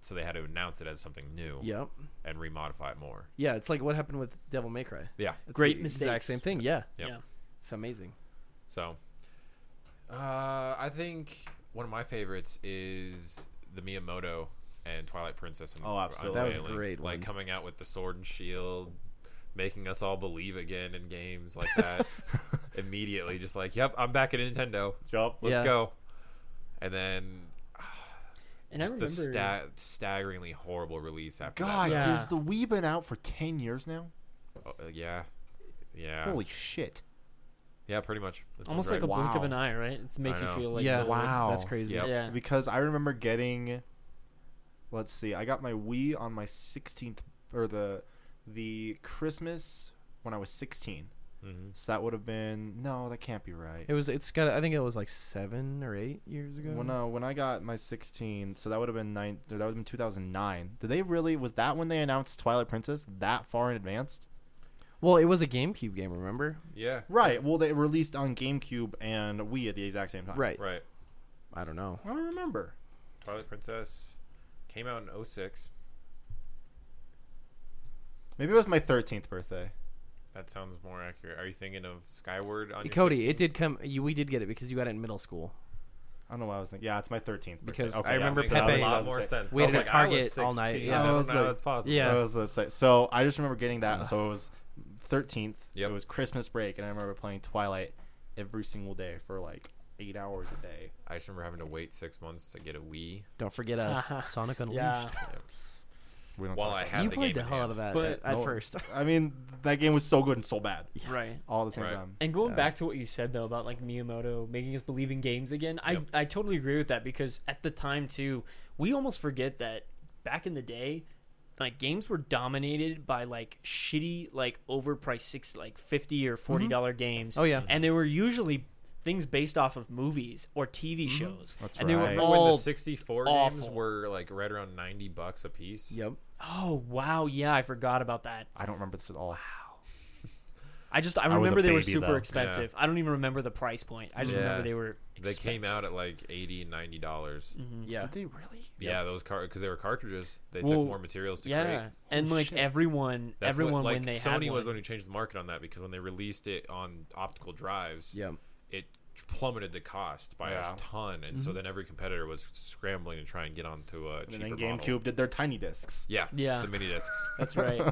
S3: so they had to announce it as something new
S4: Yep.
S3: and remodify it more.
S4: Yeah. It's like what happened with Devil May Cry.
S3: Yeah.
S4: It's
S1: Great
S4: the Exact
S1: mistakes.
S4: same thing. Yeah.
S3: Yep.
S1: yeah.
S4: It's amazing.
S3: So, uh, I think one of my favorites is the Miyamoto and Twilight Princess. And
S2: Oh, absolutely.
S4: That was a
S3: Unveiling.
S4: great
S3: Like
S4: one.
S3: coming out with the sword and shield, making us all believe again in games like that. Immediately, just like, yep, I'm back at Nintendo.
S2: Job.
S3: Let's
S4: Yeah.
S3: go. And then
S1: And I
S3: just
S1: remember
S3: the sta- staggeringly horrible release after
S2: God,
S3: that.
S1: Yeah.
S2: has the Wii been out for 10 years now?
S3: Oh, uh, yeah. Yeah.
S2: Holy shit.
S3: Yeah, pretty much. That sounds
S1: almost like a
S3: right.
S2: Wow.
S1: blink of an eye, right? It makes
S3: I
S1: you
S3: know.
S1: feel like
S4: yeah.
S1: so-
S2: Wow.
S4: That's crazy.
S3: Yep.
S1: Yeah.
S2: Because I remember getting let's see, I got my Wii on my 16th or the the Christmas when I was 16.
S1: Mm-hmm.
S3: Mhm.
S2: So that would have been no, that can't be right.
S4: It was. It's got. I think it was like seven or eight years ago.
S2: Well, no, when I got my 16, so that would have been nine. That would have been 2009. Did they really? Was that when they announced Twilight Princess that far in advance?
S4: Well, it was a GameCube game. Remember?
S3: Yeah.
S2: Right. Well, they released on GameCube and Wii at the exact same time.
S4: Right.
S3: Right.
S4: I don't know.
S2: I don't remember.
S3: Twilight Princess came out in 06.
S2: Maybe it was my 13th birthday.
S3: That sounds more accurate. Are you thinking of Skyward on your
S4: Cody, it
S3: 16th?
S4: did come. You, we did get it because you got it in middle school.
S2: I don't know why I was thinking. Yeah, it's my 13th. birthday.
S4: Because
S2: Okay,
S4: I
S2: yeah,
S4: remember
S2: makes a lot
S4: Pepe-
S2: of
S3: lot more sense.
S4: We
S3: I was
S4: had a
S3: like, I was
S4: Target all night,
S3: 16.
S4: yeah.
S3: I
S2: I
S3: don't
S2: was
S3: know how
S2: like-
S3: that's possible.
S4: Yeah.
S2: That was the same- so I just remember getting that.
S4: Ugh.
S2: so it was 13th.
S3: Yep.
S2: It was Christmas break, and I remember playing Twilight every single day for like eight hours a day.
S3: I just remember having to wait six months to get a Wii.
S4: Don't forget uh, Sonic Unleashed.
S1: Yeah.
S2: We don't
S3: While
S2: talk
S3: I
S2: about
S3: had
S4: You
S3: the game
S4: played the
S3: in
S4: hell out
S3: hand.
S4: of that
S1: But-
S4: at, at
S2: No.
S4: first.
S2: that. I mean, that game was so good and so bad
S1: Right.
S2: all at the same
S3: Right.
S2: time.
S1: And going back to what you said though about like Miyamoto making us believe in games again, I,
S3: Yep.
S1: I totally agree with that because at the time too, we almost forget that back in the day, like games were dominated by like shitty like overpriced six like 50 or 40 dollar games
S4: Oh, yeah.
S1: and they were usually things based off of movies or tv shows
S2: That's
S1: and they
S2: right.
S1: were
S2: Remember
S3: When
S1: all
S3: the 64 games
S1: awful.
S3: were like right around 90 bucks a piece.
S4: Yep.
S1: oh wow yeah i forgot about that
S2: I don't remember this at all.
S1: i just i
S2: was a
S1: remember they were
S2: baby,
S1: super
S2: though.
S1: expensive i don't even remember the price point i just
S3: Yeah.
S1: remember they were
S3: They
S1: expensive.
S3: came out at like 80 and 90 dollars.
S4: Yeah.
S2: Did they really?
S3: Yeah, those car because they were cartridges. They
S1: Well,
S3: took more materials to
S1: yeah
S3: create.
S1: and like everyone
S3: That's
S1: everyone
S3: what, like,
S1: when they
S3: Sony
S1: had
S3: was the
S1: one-
S3: one who changed the market on that because when they released it on optical drives,
S4: Yeah.
S3: it plummeted the cost by
S2: Yeah.
S3: a ton, and so then every competitor was scrambling to try and get onto a
S2: And
S3: cheaper
S2: then
S3: model.
S2: GameCube did their tiny discs.
S3: Yeah,
S1: Yeah.
S3: the mini discs.
S1: that's right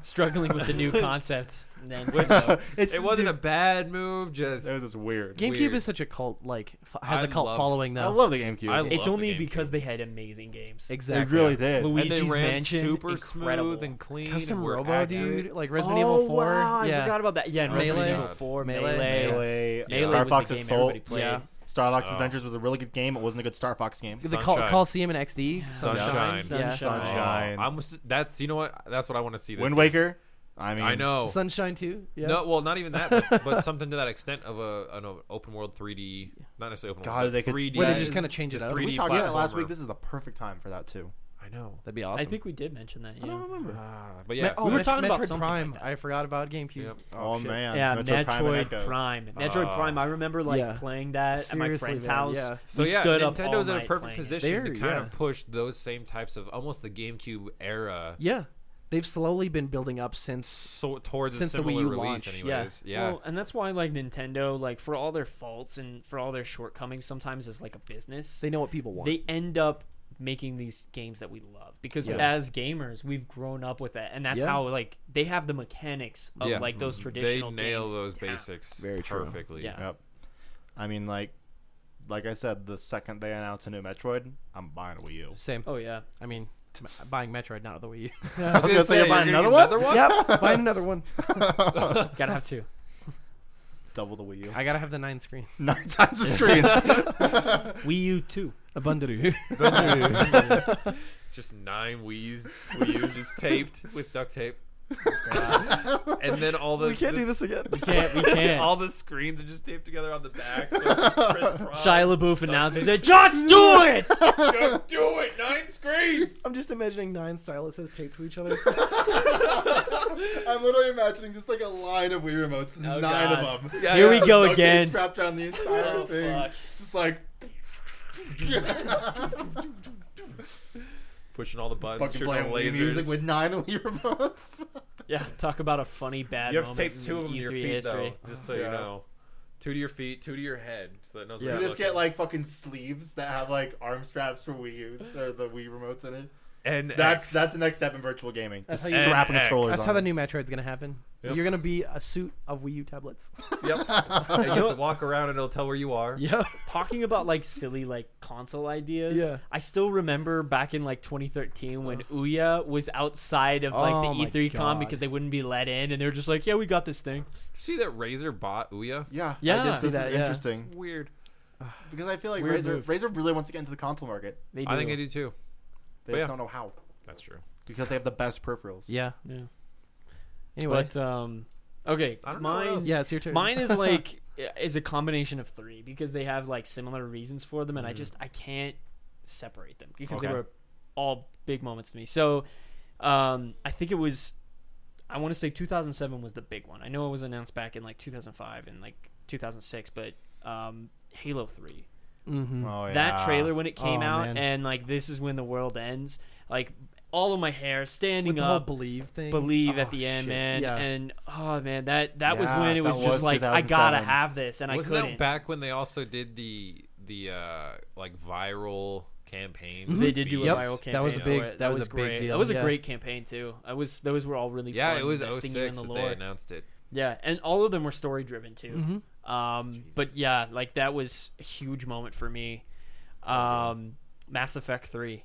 S1: struggling with the new concept and then
S2: It's,
S3: it wasn't a bad move. Just
S2: It was just weird.
S4: GameCube
S3: Weird.
S4: is such a cult like f- has
S3: I
S4: a cult
S3: love-
S4: following
S2: I
S4: though.
S2: love the GameCube.
S3: I love
S1: it's
S3: the
S1: only
S3: GameCube.
S1: because they had amazing games
S2: it
S4: exactly.
S2: really did.
S1: Louis-
S3: and they
S1: Luigi's
S3: ran
S1: Mansion,
S3: super
S1: incredible.
S3: smooth and clean.
S4: Custom
S3: and were
S4: Robo
S3: accurate.
S4: dude, like Resident Evil Four.
S1: Oh, Wow,
S4: yeah.
S1: I forgot about that. Yeah, and
S4: Melee.
S1: Resident Evil
S3: God.
S1: 4, Melee.
S4: Melee.
S2: Melee,
S1: Melee was
S2: Star
S1: the
S2: Fox's
S1: game
S2: Soul,
S1: everybody played.
S4: Yeah.
S2: Star Fox
S3: Oh.
S2: Adventures was a really good game. It wasn't a good Star Fox game.
S4: The Col-
S3: Sunshine.
S4: Coliseum and XD.
S3: Sunshine.
S4: Yeah.
S1: Sunshine.
S3: Oh,
S2: Shine.
S3: I'm s- that's you know what that's what I want to see. This
S2: Wind
S3: year.
S2: Waker. I mean,
S3: I know.
S4: Sunshine too. Yeah.
S3: No, well, not even that, but, but something to that extent of a an open world 3D, not necessarily open
S2: God,
S3: world. but
S2: they could-
S3: 3D.
S4: Where
S2: that
S4: they just
S2: is-
S4: kind of change it
S3: the
S4: up.
S2: Did we
S3: 3D
S2: talked about it last
S3: platformer.
S2: week. This is the perfect time for that too.
S3: I know.
S4: That'd be awesome.
S1: I think we did mention that. Yeah,
S2: remember.
S3: Ah, but yeah,
S4: oh,
S1: We were
S4: Met-
S1: talking about
S4: Metroid
S1: something like
S4: Prime.
S1: that.
S4: I forgot about GameCube.
S3: Yep.
S2: Oh,
S4: shit.
S2: man,
S1: yeah,
S2: Metroid Prime. and
S1: Metroid Prime.
S2: Echoes.
S1: Metroid
S3: Ah.
S1: Prime. I remember like
S4: Yeah.
S1: playing that at my
S4: Seriously,
S1: friend's
S4: man,
S1: house.
S4: yeah.
S3: so
S1: we
S3: yeah,
S1: stood up all
S3: Nintendo's in
S1: night
S3: a perfect
S1: playing it.
S3: position to
S4: They're-
S3: kind
S4: yeah.
S3: of push those same types of almost the GameCube era
S4: Yeah. They've slowly been building up since.
S3: so, towards
S4: Since
S3: a
S4: the Wii
S3: similar
S4: U
S3: release,
S4: launch, yeah.
S3: anyways. Yeah,
S1: Well, and that's why like Nintendo, like for all their faults and for all their shortcomings, sometimes as like a business,
S4: They know what people want.
S1: they end up making these games that we love because
S4: Yeah.
S1: as gamers we've grown up with that and that's
S4: Yeah.
S1: how like they have the mechanics of
S3: Yeah.
S1: like those
S3: they
S1: traditional
S3: nail
S1: games
S3: those
S1: down.
S3: basics
S4: Very true.
S3: perfectly.
S1: Yeah.
S2: Yep. I mean, like, like I said, the second they announce a new Metroid, I'm buying a Wii U.
S4: Same.
S1: oh yeah
S4: I mean, m- buying Metroid, not the Wii U.
S2: I was gonna say, you're buying another
S3: gonna
S2: one.
S3: get another
S4: yep. Buying another one.
S1: gotta have two
S2: Double the Wii U.
S4: I gotta have the nine screen.
S2: Nine times the screens.
S1: wii u 2
S4: A bundle.
S3: Just nine Wii's, Wii U just taped with duct tape, and then all the
S4: we can't
S3: the-
S4: do this again.
S1: we can't we can't
S3: all the screens are just taped together on the back. so crisscross.
S1: Shia LaBeouf announces it. Just do it.
S3: Just do it. Nine screens.
S4: I'm just imagining nine styluses taped to each other.
S2: I'm literally imagining just like a line of Wii remotes, There's
S1: Oh,
S2: nine
S1: God.
S2: of them.
S3: Yeah,
S1: Here we
S3: yeah.
S1: go
S2: Duct tape
S1: again.
S2: Strapped around the entire
S1: Oh,
S2: thing.
S1: fuck.
S2: Just like
S3: Pushing all the buttons,
S2: fucking
S3: shooting all
S2: playing
S3: the
S2: Wii
S3: lasers.
S2: music with nine Wii remotes.
S1: Yeah, talk about a funny bad.
S3: you have to
S1: moment
S3: tape
S1: in
S3: two of them to your
S1: E3
S3: feet
S1: history.
S3: though, just so
S2: Yeah.
S3: you know. Two to your feet, two to your head, so that knows.
S4: Yeah.
S3: Where
S2: You
S3: you're
S2: just get
S3: looking.
S2: like fucking sleeves that have like arm straps for Wii U's or the Wii remotes in it.
S3: NX.
S2: That's that's the next step in virtual gaming. Just
S4: how you-
S2: strap
S3: NX.
S2: controllers.
S4: That's
S2: on.
S4: how the new Metroid's gonna happen.
S3: Yep.
S4: You're gonna be a suit of Wii U tablets.
S3: yep. And you have to walk around and it'll tell where you are.
S4: Yeah.
S1: Talking about like silly like console ideas.
S4: Yeah.
S1: I still remember back in like 2013 when Ouya was outside of like
S4: Oh my
S1: the E3 con
S4: God.
S1: because they wouldn't be let in, and they were just like, "Yeah, we got this thing."
S3: Did you see that Razor bought Ouya?
S2: Yeah,
S1: Yeah.
S2: I did see
S4: This
S2: that.
S4: is yeah.
S2: interesting
S3: Weird.
S2: because I feel like
S1: Weird
S2: Razor
S1: move.
S2: Razor really wants to get into the console market.
S1: They do.
S3: I think I do too.
S2: They
S3: But
S2: just
S3: yeah.
S2: don't know how
S3: That's true.
S2: because they have the best peripherals.
S4: Yeah.
S1: Yeah.
S4: Anyway.
S1: But um, okay,
S3: I don't know what
S1: mine.
S3: else.
S4: yeah, it's your turn.
S1: Mine is like is a combination of three because they have like similar reasons for them, and
S4: Mm-hmm.
S1: I just I can't separate them because they
S2: Okay.
S1: were all big moments to me. So, um, I think it was I want to say 2007 was the big one. I know it was announced back in like 2005 and like 2006, but um, Halo Three
S4: mm-hmm.
S2: Oh, yeah.
S1: that trailer when it came
S4: Oh,
S1: out,
S4: man.
S1: and like this is when the world ends. Like all of my hair standing
S4: With the whole
S1: up,
S4: believe thing.
S1: believe
S4: Oh,
S1: at the end,
S4: shit.
S1: man.
S4: Yeah.
S1: And oh man, that that was
S2: Yeah,
S1: when it
S2: that
S1: was just
S2: was
S1: like I gotta
S2: 2007.
S1: have this, and
S3: Wasn't
S1: I
S3: that
S1: couldn't.
S3: back when they also did the the uh like viral campaigns?
S1: Mhm. they
S3: with
S1: did do a
S3: beats?
S4: Yep.
S1: viral campaign.
S4: That was a
S1: for
S4: big-
S1: it.
S4: that was a big
S1: great.
S4: deal,
S1: That was a
S4: yeah.
S1: great campaign too. I was those were all really
S3: Yeah,
S1: fun,
S3: it was
S1: investing
S3: 06
S1: you in the
S3: that they
S1: lore.
S3: announced it.
S1: Yeah, and all of them were story driven too.
S4: Mm-hmm.
S1: Um, but yeah, like that was a huge moment for me. Um, Mass Effect Three.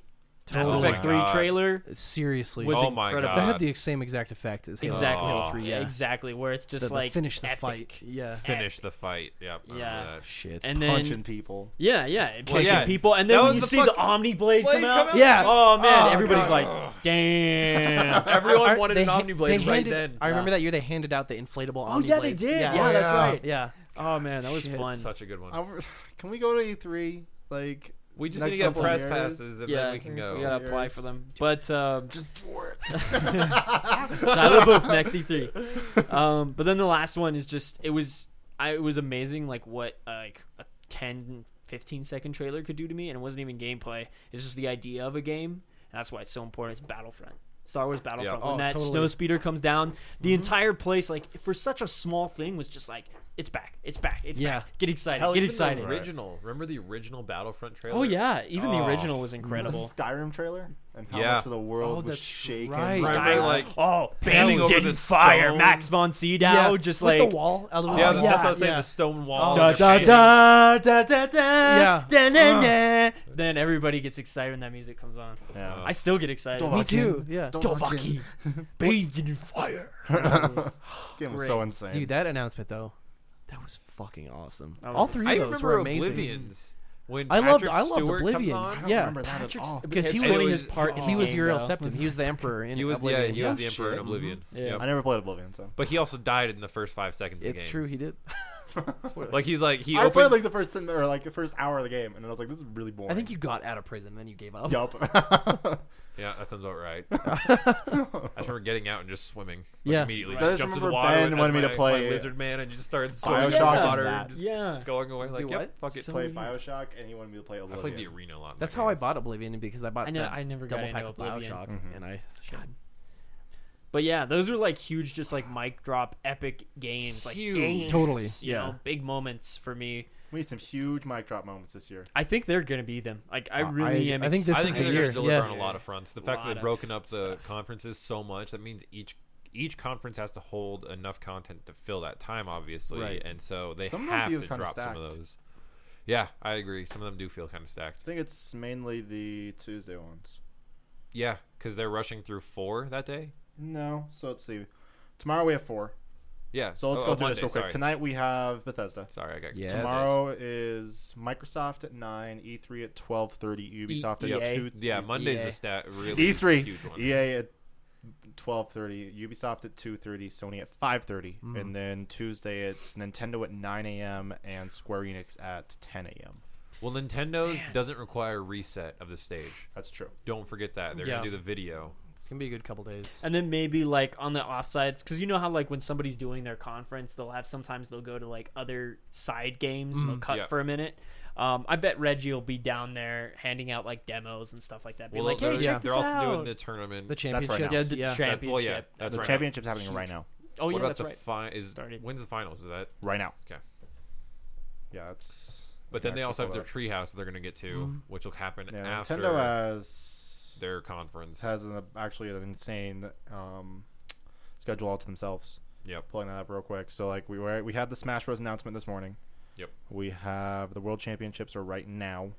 S1: Mass
S3: Oh my
S1: Effect 3
S3: God.
S1: trailer.
S4: Seriously,
S1: Was
S3: oh my
S1: incredible.
S3: god!
S4: that had the same exact effect as Halo
S1: Exactly.
S3: Aw.
S4: Halo Three. Yeah,
S1: Exactly. Where it's
S4: The-
S1: just
S4: the
S1: like
S4: finish the
S1: epic.
S4: fight. Yeah,
S3: finish the fight. Yep. I remember
S1: Yeah.
S3: that.
S4: shit.
S1: And then
S2: punching people.
S1: yeah, yeah, punching
S3: yeah.
S1: people, and
S3: That
S1: then when
S3: was
S1: you
S3: the
S1: see
S3: fuck-
S1: the Omni Blade
S3: Blade
S1: come out.
S3: come out.
S4: Yes.
S1: Oh man,
S4: Oh,
S1: everybody's
S3: God.
S1: like, damn.
S3: Everyone
S4: Aren't-
S3: wanted
S4: they
S3: an
S4: ha-
S3: Omniblade
S4: they
S3: right
S4: handed-
S3: then.
S4: I remember that year they handed out the inflatable.
S1: oh yeah, they
S4: Omniblades.
S1: did. Yeah,
S4: yeah,
S1: that's
S2: Yeah.
S1: right.
S4: yeah.
S1: Oh man, that was
S3: Shit.
S1: fun.
S3: Such a good one.
S2: I w- Can we go to E3? Like,
S3: We just
S2: Next
S3: need to
S2: up
S3: get
S2: on
S3: press
S2: yours.
S3: passes and
S1: yeah,
S3: then we can go.
S1: we gotta apply for them. But um,
S2: just do it.
S1: Shia LaBeouf next E3. Um, but then the last one is just it was I it was amazing like what uh, like a 10 15 second trailer could do to me and it wasn't even gameplay. It's just the idea of a game. And that's why it's so important. It's Battlefront. Star Wars Battlefront.
S3: Yeah. Mm-hmm.
S1: When
S4: Oh,
S1: that
S4: totally.
S1: snow speeder comes down, the entire place like for such a small thing was just like it's back. It's back. It's
S4: Yeah.
S1: back. Get excited.
S3: Hell,
S1: Get
S3: even
S1: excited.
S3: The original. Remember the original Battlefront trailer?
S1: Oh yeah, even the
S3: Oh.
S1: original was
S2: The
S1: incredible.
S2: Skyrim trailer and how
S3: Yeah.
S2: much of the world
S4: Oh,
S2: was
S4: that's
S2: shaken.
S4: right.
S2: by
S3: Remember,
S2: that.
S3: like
S1: Oh,
S3: panning
S1: Bane
S3: over
S1: didn't
S3: the
S1: fire
S3: stone.
S1: Max von Sydow.
S4: Yeah,
S1: Just
S4: with
S1: like
S4: the wall. out of the
S3: oh, Yeah,
S4: wall.
S3: that's
S1: yeah,
S3: what I was saying.
S1: yeah.
S3: The stone wall.
S4: Oh,
S1: da,
S3: and
S1: da, da,
S3: the
S1: da, da, da,
S4: Yeah. Uh-huh.
S1: da, na, na. Then everybody gets excited when that music comes on.
S2: Yeah.
S1: I still get excited.
S2: Don't
S4: Me
S2: Fucking-
S4: too. Yeah,
S1: Dovahkiin, bathed in fire.
S2: Game was
S1: Great.
S2: so insane.
S4: dude, that announcement though, that was fucking awesome.
S1: That was
S4: All three
S3: I
S4: of those
S3: remember
S4: were amazing.
S3: Oblivions. When
S4: I loved-
S3: Patrick
S4: I loved
S3: Stewart Comes
S4: Oblivion.
S2: I
S3: on,
S2: don't
S4: Yeah.
S2: remember that at
S1: Patrick's
S2: all.
S4: because he
S1: It's
S4: was,
S1: playing
S3: it
S1: his
S3: was-
S1: part. in
S4: he
S1: the
S4: was
S1: game,
S4: Uriel
S1: though.
S4: Septim. He was the emperor in
S3: He was yeah,
S4: Oblivion.
S3: he was the
S2: Yeah.
S3: Emperor in Oblivion.
S1: Yeah.
S3: Yep.
S2: I never played Oblivion, so
S3: But he also died in the first five seconds. of the
S4: It's
S3: game.
S4: true. He did.
S3: Like he's like he
S2: I
S3: opens.
S2: played like the first ten, or like the first hour of the game, and I was like, "This is really boring."
S4: I think you got out of prison, then you gave up.
S2: Yup.
S3: yeah, that sounds about right. I just remember getting out and just swimming. Like,
S4: Yeah.
S3: immediately
S2: I
S3: just
S2: just
S3: jumped in the
S2: remember
S3: water.
S2: Ben
S3: and
S2: wanted me
S3: that's
S2: to
S3: my- my
S2: play
S3: Lizard Man and just started swimming in
S2: Bioshock
S3: the
S2: and
S3: water
S2: that.
S3: and just
S1: Yeah.
S3: going away. Like
S4: Do
S3: yep,
S4: what?
S3: fuck it.
S1: So-
S2: played
S1: weird.
S2: Bioshock, and he wanted me to play
S3: I
S2: Oblivion.
S3: played the arena a lot. in
S4: That's
S3: that
S4: how I
S3: game.
S4: bought Oblivion because I bought
S1: I know-
S4: that
S1: I never got
S4: double pack
S1: into
S4: of
S1: Oblivion.
S4: Bioshock, and I God,
S1: But yeah, those were like huge, just like mic drop, epic games. Like
S3: Huge.
S1: games,
S4: Totally.
S1: You
S4: Yeah.
S1: know, big moments for me.
S2: We had some huge mic drop moments this year.
S1: I think they're gonna be them. Like I
S4: Uh,
S1: really
S4: I-
S1: am.
S4: I think this
S3: I
S1: excited.
S3: think
S4: is the
S3: they're
S4: year,
S3: going to deliver
S4: yeah.
S3: on a lot of fronts. The fact
S1: Lot
S3: that they've
S1: of
S3: broken up the
S1: stuff.
S3: conferences so much, that means each each conference has to hold enough content to fill that time, obviously.
S4: Right.
S3: And so they
S2: Some of them
S3: have
S2: feel
S3: to
S2: kinda
S3: drop some of
S2: stacked.
S3: those. Yeah, I agree. Some of them do feel kind of stacked.
S2: I think it's mainly the Tuesday ones.
S3: Yeah, because they're rushing through four that day.
S2: No, so let's see. Tomorrow we have four.
S3: Yeah.
S2: So let's
S3: oh,
S2: go
S3: oh,
S2: through this
S3: Monday,
S2: real quick.
S3: Sorry.
S2: Tonight we have Bethesda.
S3: Sorry, I got
S4: Yes.
S2: Tomorrow is Microsoft at nine, E3 at twelve thirty, Ubisoft
S1: E-
S2: at
S1: EA.
S2: two. E
S3: Yeah, Monday's
S1: EA.
S3: the stat really
S2: E3,
S3: huge one.
S2: EA at twelve thirty, Ubisoft at two thirty, Sony at five
S3: Mm.
S2: and then Tuesday it's Nintendo at nine a.m. and Square Enix at ten a.m.
S3: Well, Nintendo's doesn't require reset of the stage.
S2: That's true.
S3: Don't forget that they're
S4: Yeah.
S3: gonna do the video.
S4: it's gonna be a good couple days.
S1: and then maybe like on the offsides because you know how like when somebody's doing their conference they'll have sometimes they'll go to like other side games and they'll cut
S3: Mm, yeah.
S1: for a minute um, i bet reggie will be down there handing out like demos and stuff like that being
S3: Well,
S1: like
S3: they're,
S1: hey check
S3: they're
S1: this
S3: also
S1: out
S3: doing the tournament.
S4: The
S2: right
S4: championship,
S2: now.
S1: the
S4: yeah.
S3: That-
S1: championship
S3: well, yeah, that's
S2: the
S3: right.
S2: championship's happening right now.
S1: oh
S3: what
S1: yeah
S3: about
S1: that's
S3: the
S1: right
S3: fi- is
S1: Started.
S3: when's the finals? Is that
S2: Right now.
S3: okay?
S2: Yeah, it's.
S3: But then they also have their treehouse they're gonna get to, which will happen
S2: yeah,
S3: after
S2: Nintendo has
S3: their conference.
S2: has an, actually an insane um, schedule all to themselves.
S3: yep.
S2: Pulling that up real quick. So like we were we had the Smash Bros announcement this morning.
S3: Yep.
S2: We have the World Championships are right now, and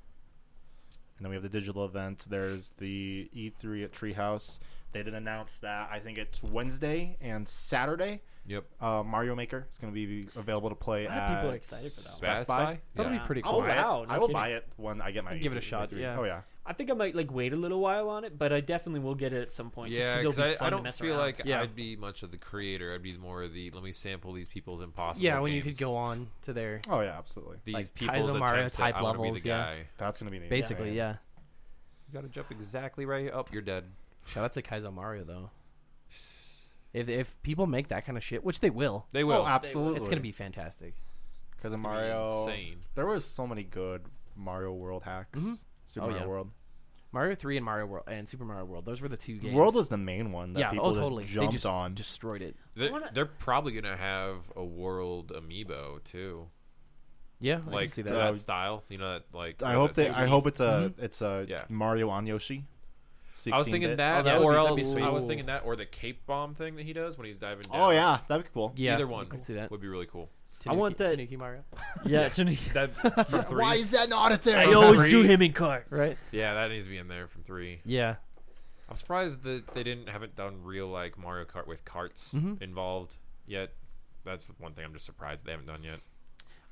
S2: then we have the digital event. There's the E3 at Treehouse. They did announce that I think it's Wednesday and Saturday.
S3: Yep.
S2: Uh, Mario Maker is going to be available to play.
S1: a lot of people
S2: at
S1: are excited for that one.
S2: Best Buy.
S4: That'll
S3: Yeah.
S4: be pretty
S2: I'll
S4: cool.
S1: Oh,
S2: buy
S1: wow,
S2: it.
S1: no
S2: I will
S1: kidding.
S2: buy it when I get my.
S4: give it a
S2: E3.
S4: shot, yeah.
S2: Oh yeah.
S1: i think i might like wait a little while on it but i definitely will get it at some point just
S3: Yeah,
S1: because
S3: 'cause
S1: it'll be
S3: I,
S1: fun
S3: I
S1: to
S3: don't
S1: mess
S3: feel
S1: around.
S3: like
S4: Yeah.
S3: I'd be much of the creator. I'd be more of the let me sample these people's impossible.
S4: Yeah, when you
S3: games.
S4: could go on to their
S2: Oh yeah. Absolutely.
S3: these
S4: like,
S3: people's
S4: Kaizo Mario
S3: attempts at,
S4: type
S3: I wanna
S4: levels,
S3: Be the
S4: yeah.
S3: guy.
S2: That's going to be neat.
S4: basically, yeah.
S3: You gotta jump exactly right up. You're dead.
S4: Shout out to Kaizo Mario though. If if people make that kind of shit, which they will,
S3: They will.
S2: Oh, absolutely.
S4: it's gonna be fantastic.
S2: because of Mario.
S3: insane.
S2: There was so many good Mario World hacks. Super
S4: Oh,
S2: Mario
S4: yeah.
S2: World.
S4: Mario Three and Mario World and Super Mario World, those were the two games.
S2: World was the main one that
S4: yeah,
S2: people
S4: oh
S2: just
S4: totally.
S2: jumped
S4: they just
S2: on.
S4: destroyed it.
S3: They're,
S1: wanna-
S3: they're probably gonna have a world amiibo too,
S4: Yeah, I
S3: like
S4: can see
S3: that,
S4: that.
S2: Uh,
S3: style. You know, that, like
S2: I
S3: what
S2: hope
S3: is that,
S2: they. I
S3: 16?
S2: hope it's a.
S4: Mm-hmm.
S2: It's a
S3: Yeah.
S2: Mario on Yoshi.
S3: I was thinking
S2: 16-bit.
S3: that,
S4: Oh, that would
S3: or
S4: be- that'd
S3: else
S4: be sweet.
S3: I was
S4: Ooh.
S3: thinking that, or the cape bomb thing that he does when he's diving. Down.
S2: Oh yeah, that'd be cool.
S4: yeah,
S3: either one
S4: I can see that.
S3: would be really cool.
S1: I want that-
S4: Tanuki Mario,
S1: Yeah, it's an,
S3: That from three.
S2: Why is that not a thing?
S1: I always do him in cart.
S4: right?
S3: yeah, that needs to be in there from three.
S4: Yeah,
S3: I'm surprised that they didn't haven't done real like Mario Kart with carts
S4: Mm-hmm.
S3: involved yet. That's one thing I'm just surprised they haven't done yet.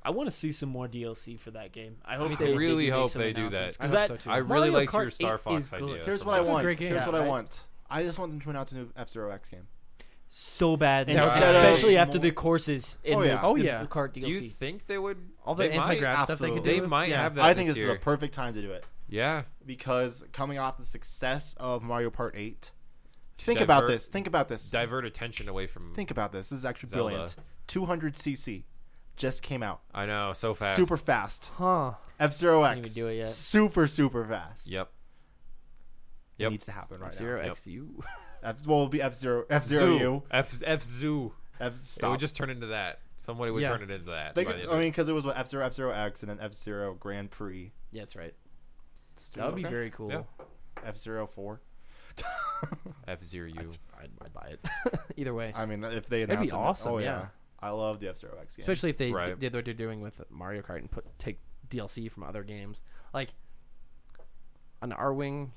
S1: I want to see some more DLC for that game. I hope
S3: I
S1: they
S3: really
S1: they do make
S3: hope
S1: some
S3: they do
S1: announcements,
S3: that.
S1: 'cause
S4: I hope so, too.
S3: I really
S1: Mario
S3: liked your
S1: Kart
S3: Star
S1: 8
S3: Fox
S1: is good.
S3: idea.
S2: Here's
S3: so
S2: what I
S3: much.
S4: a
S2: want.
S4: great game,
S2: Here's what I
S4: right?
S2: want. I just want them to announce a new F Zero X game.
S1: so bad, now,
S3: Instead of-
S1: especially after the courses in
S2: Oh, yeah.
S1: the,
S4: Oh,
S1: the
S4: yeah.
S1: cart
S3: Do you
S1: DLC.
S3: think they would?
S4: all the
S3: they might-
S4: anti-grav stuff they could do.
S3: They might
S4: yeah.
S3: have that.
S2: I think
S3: this,
S2: this is
S3: year.
S2: the perfect time to do it
S3: Yeah.
S2: because coming off the success of Mario Part Eight, think about
S3: divert-
S2: this. Think about this.
S3: Divert attention away from.
S2: Think about this. This is actually
S3: Zelda.
S2: brilliant. 200 CC just came out.
S3: I know so fast.
S2: Super fast.
S4: Huh?
S2: F Zero X.
S1: even do it yet.
S2: Super super fast.
S3: Yep.
S2: It
S3: Yep.
S2: needs to happen right
S4: Zero
S3: Yep.
S4: XU.
S2: now. F, well, it'll be F Zero F Zero U.
S3: F F zoo.
S2: F
S3: It
S2: stop.
S3: would just turn into that. Somebody would
S4: Yeah.
S3: turn it into that.
S2: They
S3: by
S2: could-
S3: the end
S2: I
S3: of it.
S2: mean, because it was F Zero F Zero X and then F Zero Grand Prix.
S4: Yeah, that's right. That would be
S3: Okay.
S4: very cool.
S3: Yeah.
S2: F Zero Four.
S3: F zero U.
S4: I'd, I'd buy it. Either way,
S2: I mean, if they
S4: be
S2: announce it-
S4: awesome,
S2: oh,
S4: yeah.
S2: I love the F Zero X game.
S4: especially if they d-
S3: Right.
S4: did what they're doing with Mario Kart and put take DLC from other games, like an R wing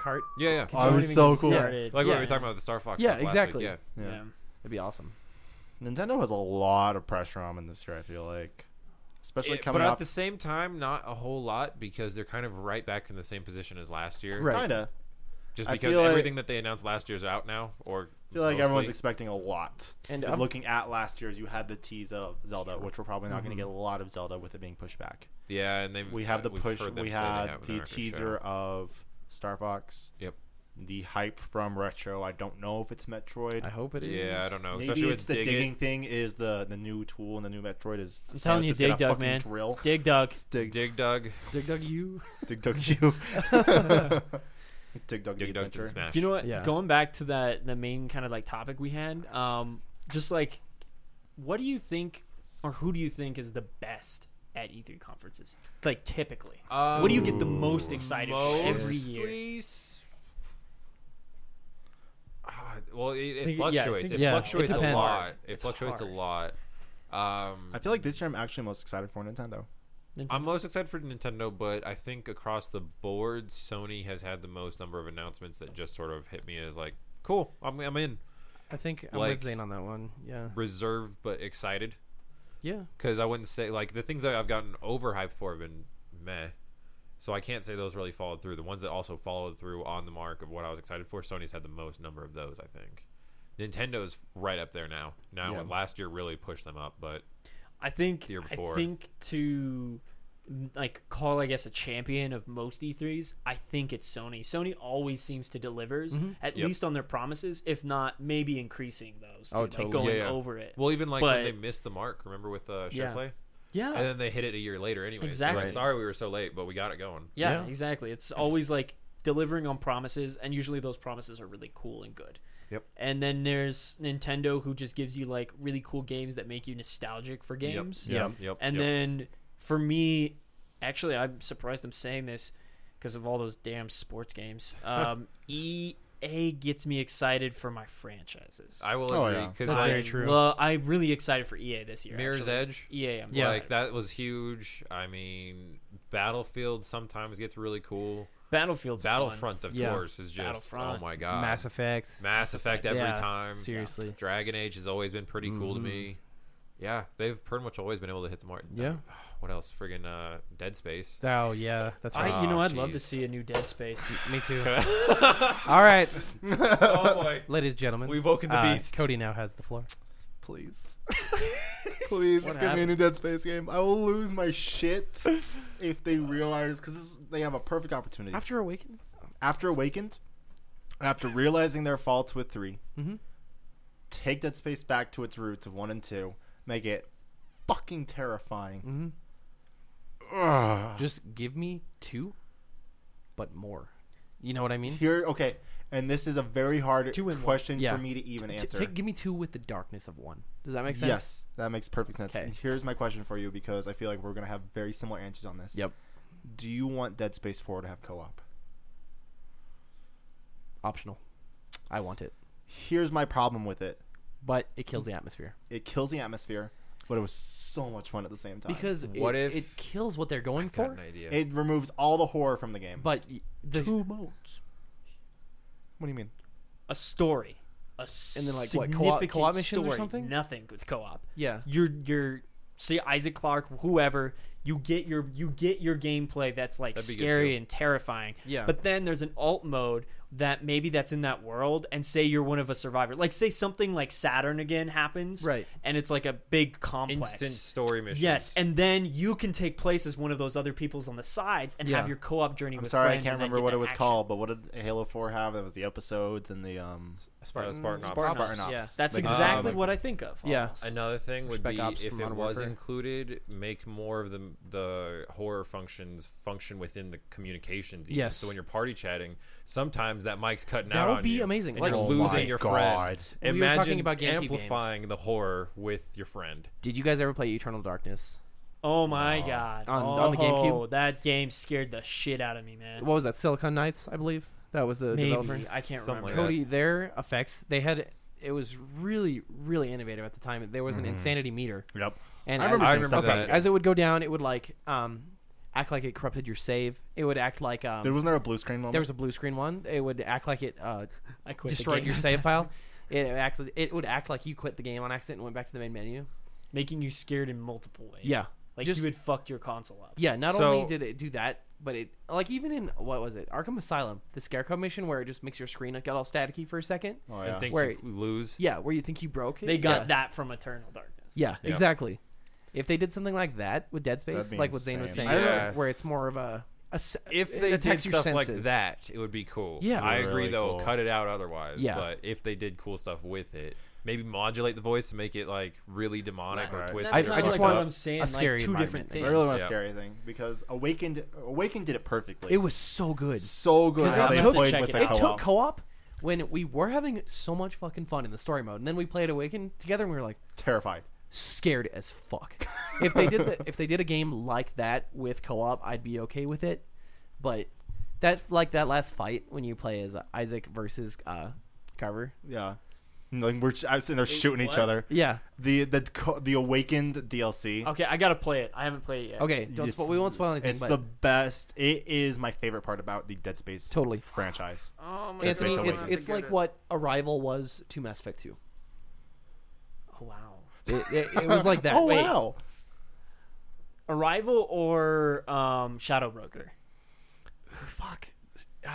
S4: cart.
S3: Yeah, yeah.
S2: Oh, it was
S4: Don't
S2: so
S4: even get
S2: cool.
S4: me started.
S1: Started,
S3: Like what
S1: yeah.
S3: we were talking about with the Star Fox.
S4: Yeah,
S3: stuff last week,
S4: exactly.
S3: Yeah.
S1: Yeah.
S2: Yeah.
S4: That'd be awesome.
S2: Nintendo has a lot of pressure on them this year. I feel like, especially
S3: It-
S2: coming
S3: but
S2: off
S3: at the same time, not a whole lot because they're kind of right back in the same position as last year.
S4: Right.
S2: kinda.
S3: Just
S2: I
S3: because
S2: feel like-
S3: everything that they announced last year is out now, or
S2: I feel like
S3: mostly.
S2: everyone's expecting a lot.
S4: And um,
S2: And
S4: I'm-
S2: looking at last year's, you had the tease of Zelda, which we're probably not
S1: Mm-hmm.
S2: going to get a lot of Zelda with it being pushed back.
S3: yeah, and they
S2: We have the
S3: we've
S2: push.
S3: heard them
S2: We
S3: say they
S2: had
S3: have it on
S2: the
S3: our show.
S2: teaser of Star Fox.
S3: Yep.
S2: The hype from Retro. I don't know if it's Metroid.
S4: I hope it is.
S3: Yeah, I don't know.
S2: Maybe
S3: Especially
S2: it's
S3: with
S2: the
S3: Dig It.
S2: digging thing. Is the the new tool and the new Metroid is.
S1: I'm telling you,
S2: Samus is gonna
S1: Dig Dug,
S2: fucking
S1: man.
S2: Drill.
S1: Dig Dug.
S2: Dig
S3: Dig Dug,
S4: Dig Dug you.
S2: Dig Dug you. Dig Dug the
S3: Dig Dug, and
S2: Adventure.
S3: Smash.
S1: You know what?
S4: Yeah.
S1: Going back to that the main kind of like topic we had, um, just like, what do you think, or who do you think is the best at E3 conferences? Like typically,
S3: Um,
S1: what do you get the most excited for every
S3: mostly
S1: year?
S3: s- Ah, well, it, it
S1: Think- yeah, I
S3: fluctuates.
S1: think-
S3: it
S4: yeah, it
S3: fluctuates a
S4: depends.
S3: lot. It
S1: It's
S3: fluctuates a
S1: hard.
S3: lot. Um,
S2: I feel like this year I'm actually most excited for Nintendo.
S3: I'm most excited for Nintendo, but I think across the board, Sony has had the most number of announcements that just sort of hit me as like, cool, I'm, I'm in.
S4: I think I'm
S3: Like-
S4: with Zane on that one. Yeah.
S3: Reserved but excited.
S4: Yeah.
S3: Because I wouldn't say, like, the things that I've gotten overhyped for have been meh. So I can't say those really followed through. The ones that also followed through on the mark of what I was excited for, Sony's had the most number of those, I think. Nintendo's right up there now. Now,
S4: Yeah.
S3: last year really pushed them up, but
S1: I think
S3: The year
S1: I
S3: before.
S1: think to mm, like call I guess a champion of most E3s, I think it's Sony. Sony always seems to delivers at
S3: Mm-hmm. Yep.
S1: least on their promises, if not maybe increasing those.
S4: Oh,
S1: like,
S4: totally.
S1: going
S3: Yeah, yeah.
S1: over it.
S3: well, even like
S1: But-
S3: when they missed the mark, remember with uh, share
S1: Yeah.
S3: play,
S1: yeah.
S3: and then they hit it a year later anyway.
S1: Exactly.
S3: like, Sorry, we were so late, but we got it going.
S1: Yeah,
S4: Yeah.
S1: exactly. It's always like delivering on promises, and usually those promises are really cool and good.
S3: Yep.
S1: And then there's Nintendo, who just gives you like really cool games that make you nostalgic for games.
S4: Yeah.
S3: Yep.
S1: And
S3: yep.
S1: then for me, actually, I'm surprised I'm saying this because of all those damn sports games. Um, EA gets me excited for my franchises.
S3: I will
S2: Oh,
S3: agree
S2: yeah.
S3: because
S4: That's
S3: I,
S4: very true.
S1: Well, I'm really excited for EA this year.
S3: Mirror's
S1: actually.
S3: Edge.
S1: EA, I'm
S4: Yeah.
S1: yeah.
S3: Like that was huge. I mean, Battlefield sometimes gets really cool.
S1: Battlefield's fun.
S3: Battlefront, of
S4: Yeah.
S3: course, is just oh
S1: Battlefront.
S3: my god.
S4: Mass Effect.
S3: Mass Effect every
S4: Yeah,
S3: time.
S4: seriously.
S3: Dragon Age has always been pretty cool to me. Yeah, they've pretty much always been able to hit the mark.
S4: Yeah.
S3: What else? Friggin' uh, Dead Space.
S4: Oh yeah, that's right.
S1: I, you know,
S3: Oh,
S1: I'd love to
S3: geez.
S1: see a new Dead Space.
S4: Me too. All right,
S3: oh boy.
S4: ladies and gentlemen.
S3: We've woken the
S4: uh,
S3: beast.
S4: Cody now has the floor.
S2: Please. Please,
S1: What
S2: just give me a new Dead Space game. I will lose my shit if they realize because they have a perfect opportunity. After,
S4: After Awakening.
S2: Awakened, after realizing their faults with 3
S4: Mhm.
S2: take Dead Space back to its roots of one and two, make it fucking terrifying.
S4: Mm-hmm.
S2: Ugh.
S4: Just give me two, but more. You know what I mean?
S2: Here, okay, and this is a very hard
S1: Two and one.
S2: question
S4: Yeah.
S2: for me to even
S4: T-
S2: answer.
S4: take, give me two with the darkness of one. Does that make sense?
S2: Yes, that makes perfect sense.
S4: Okay.
S2: And here's my question for you because I feel like we're gonna have very similar answers on this.
S4: Yep.
S2: Do you want Dead Space 4 to have co-op?
S4: Optional. I want it,
S2: Here's my problem with it.
S4: but it kills the atmosphere.
S2: It kills the atmosphere. but it was so much fun at the same time.
S4: because it,
S3: What if-
S4: it kills what they're going
S3: Got
S4: for.
S3: an idea.
S2: it removes all the horror from the game.
S4: But y- the,
S1: Two modes.
S2: what do you mean?
S1: A story. A
S4: And then, like, what,
S1: significant
S4: co-op- co-op missions or
S1: story.
S4: something?
S1: Nothing with co-op.
S4: yeah,
S1: You're you're see Isaac Clarke, whoever. You get your you get your gameplay that's like
S3: That'd be good,
S1: scary
S3: too.
S1: and terrifying.
S4: Yeah.
S1: But then there's an alt mode that maybe that's in that world, and say you're one of a survivor. Like say something like Saturn again happens,
S4: Right.
S1: And it's like a big complex.
S3: Instant story mission.
S1: Yes, and then you can take place as one of those other peoples on the sides and
S4: Yeah.
S1: have your co-op journey.
S2: I'm
S1: with
S2: sorry, I
S1: friends
S2: can't
S1: and then
S2: remember
S1: get
S2: what
S1: that
S2: it was
S1: action.
S2: called, but what did Halo Four have? That was the episodes and the um
S3: Spartan, Spartan, Ops.
S1: Spartan
S2: Spartan Ops.
S1: Yeah, that's
S2: Like,
S1: exactly
S2: um,
S1: what I think of.
S4: Yeah.
S1: almost.
S3: Another thing would
S4: Spec
S3: be
S4: Ops
S3: if
S4: from
S3: it
S4: Modern
S3: was
S4: Warfare.
S3: included, make more of the the horror functions function within the communications. even.
S4: Yes.
S3: So when you're party chatting, sometimes that mic's cutting
S4: That
S3: out.
S4: would
S3: on
S4: be
S3: you,
S4: amazing.
S3: and
S4: Like-
S3: you're
S4: Oh
S2: my
S3: losing your
S2: God.
S3: friend.
S4: We were
S3: Imagine
S4: talking about GameCube games.
S3: amplifying the horror with your friend.
S4: did you guys ever play Eternal Darkness?
S1: Oh my god!
S4: On-
S1: oh,
S4: on the GameCube?
S1: that game scared the shit out of me, man.
S4: What was that? Silicon Knights, I believe. That was the
S1: Maybe
S4: developer.
S1: I can't
S3: Something
S1: remember.
S3: like
S4: Cody, their effects they had it was really really innovative at the time. There
S3: Mm-hmm.
S4: was an insanity meter,
S2: Yep.
S4: and
S2: I
S4: as-
S2: remember
S3: I
S2: seeing
S3: remember
S2: stuff about
S3: that.
S2: it.
S4: as it would go down, it would like um, act like it corrupted your save. It would act like um,
S2: There wasn't there a blue screen moment?
S4: there was a blue screen one. It would act like it uh,
S1: I quit. the
S4: destroyed
S1: game.
S4: your save file. It act it would act like you quit the game on accident and went back to the main menu.
S1: making you scared in multiple ways.
S4: Yeah.
S1: like
S4: Just-
S1: you had fucked your console up.
S4: Yeah, not
S3: So-
S4: only did it do that, but it like even in what was it Arkham Asylum, the Scarecrow mission where it just makes your screen it got all staticky for a second.
S2: oh,
S3: And
S2: yeah.
S3: think
S4: Where-
S3: you lose.
S4: Yeah, where you think you broke it.
S1: they got
S4: Yeah.
S1: that from Eternal Darkness.
S4: Yeah,
S3: Yeah.
S4: exactly. If they did something like that with Dead Space,
S2: That'd be
S4: like what Zane was
S2: insane.
S4: saying,
S3: Yeah.
S4: where it's more of a, a s-
S3: If
S4: it
S3: they did
S4: attacks your
S3: stuff like
S4: senses.
S3: that, it would be cool.
S4: Yeah.
S3: I agree
S2: Really
S3: though.
S2: cool.
S3: Cut it out otherwise.
S4: Yeah.
S3: But if they did cool stuff with it, maybe modulate the voice to make it like really demonic or
S2: Right.
S3: twisted.
S1: That's
S3: or
S1: not
S4: I
S1: like
S4: just
S3: fucked
S4: want
S1: what
S3: up.
S1: I'm saying.
S4: a
S1: like
S4: scary
S1: two different
S4: environment.
S1: things.
S2: I really want a
S3: Yeah.
S2: scary thing because Awakened Awakened did it perfectly.
S4: it was so good.
S2: so good
S1: 'Cause
S2: how
S1: it
S2: they
S1: took-
S2: played
S1: check
S2: with
S1: it
S2: the
S1: out.
S4: It took
S2: co-op.
S4: co-op when we were having so much fucking fun in the story mode, and then we played Awaken together, and we were like
S2: Terrified.
S4: scared as fuck. if they did the, if they did a game like that with co-op, I'd be okay with it. But that like that last fight when you play as Isaac versus uh, Carver,
S2: Yeah. And, Like we're sh- I was sitting there shooting each
S1: what?
S2: other.
S4: yeah.
S2: The the co- the Awakened DLC.
S1: Okay, I gotta play it. I haven't played it yet.
S4: Okay, don't
S2: It's-
S4: spo- we won't spoil anything.
S2: It's
S4: but
S2: the best. It is my favorite part about the Dead Space
S4: Totally.
S2: franchise.
S1: Oh my
S2: That's
S4: Anthony,
S2: based on
S1: god,
S2: what
S4: it's
S2: it
S4: it's like what Arrival was to Mass Effect 2.
S1: Oh, wow.
S4: It, it, it was like that.
S2: oh
S4: Wait,
S2: wow!
S1: Arrival or um, Shadow Broker?
S4: Fuck.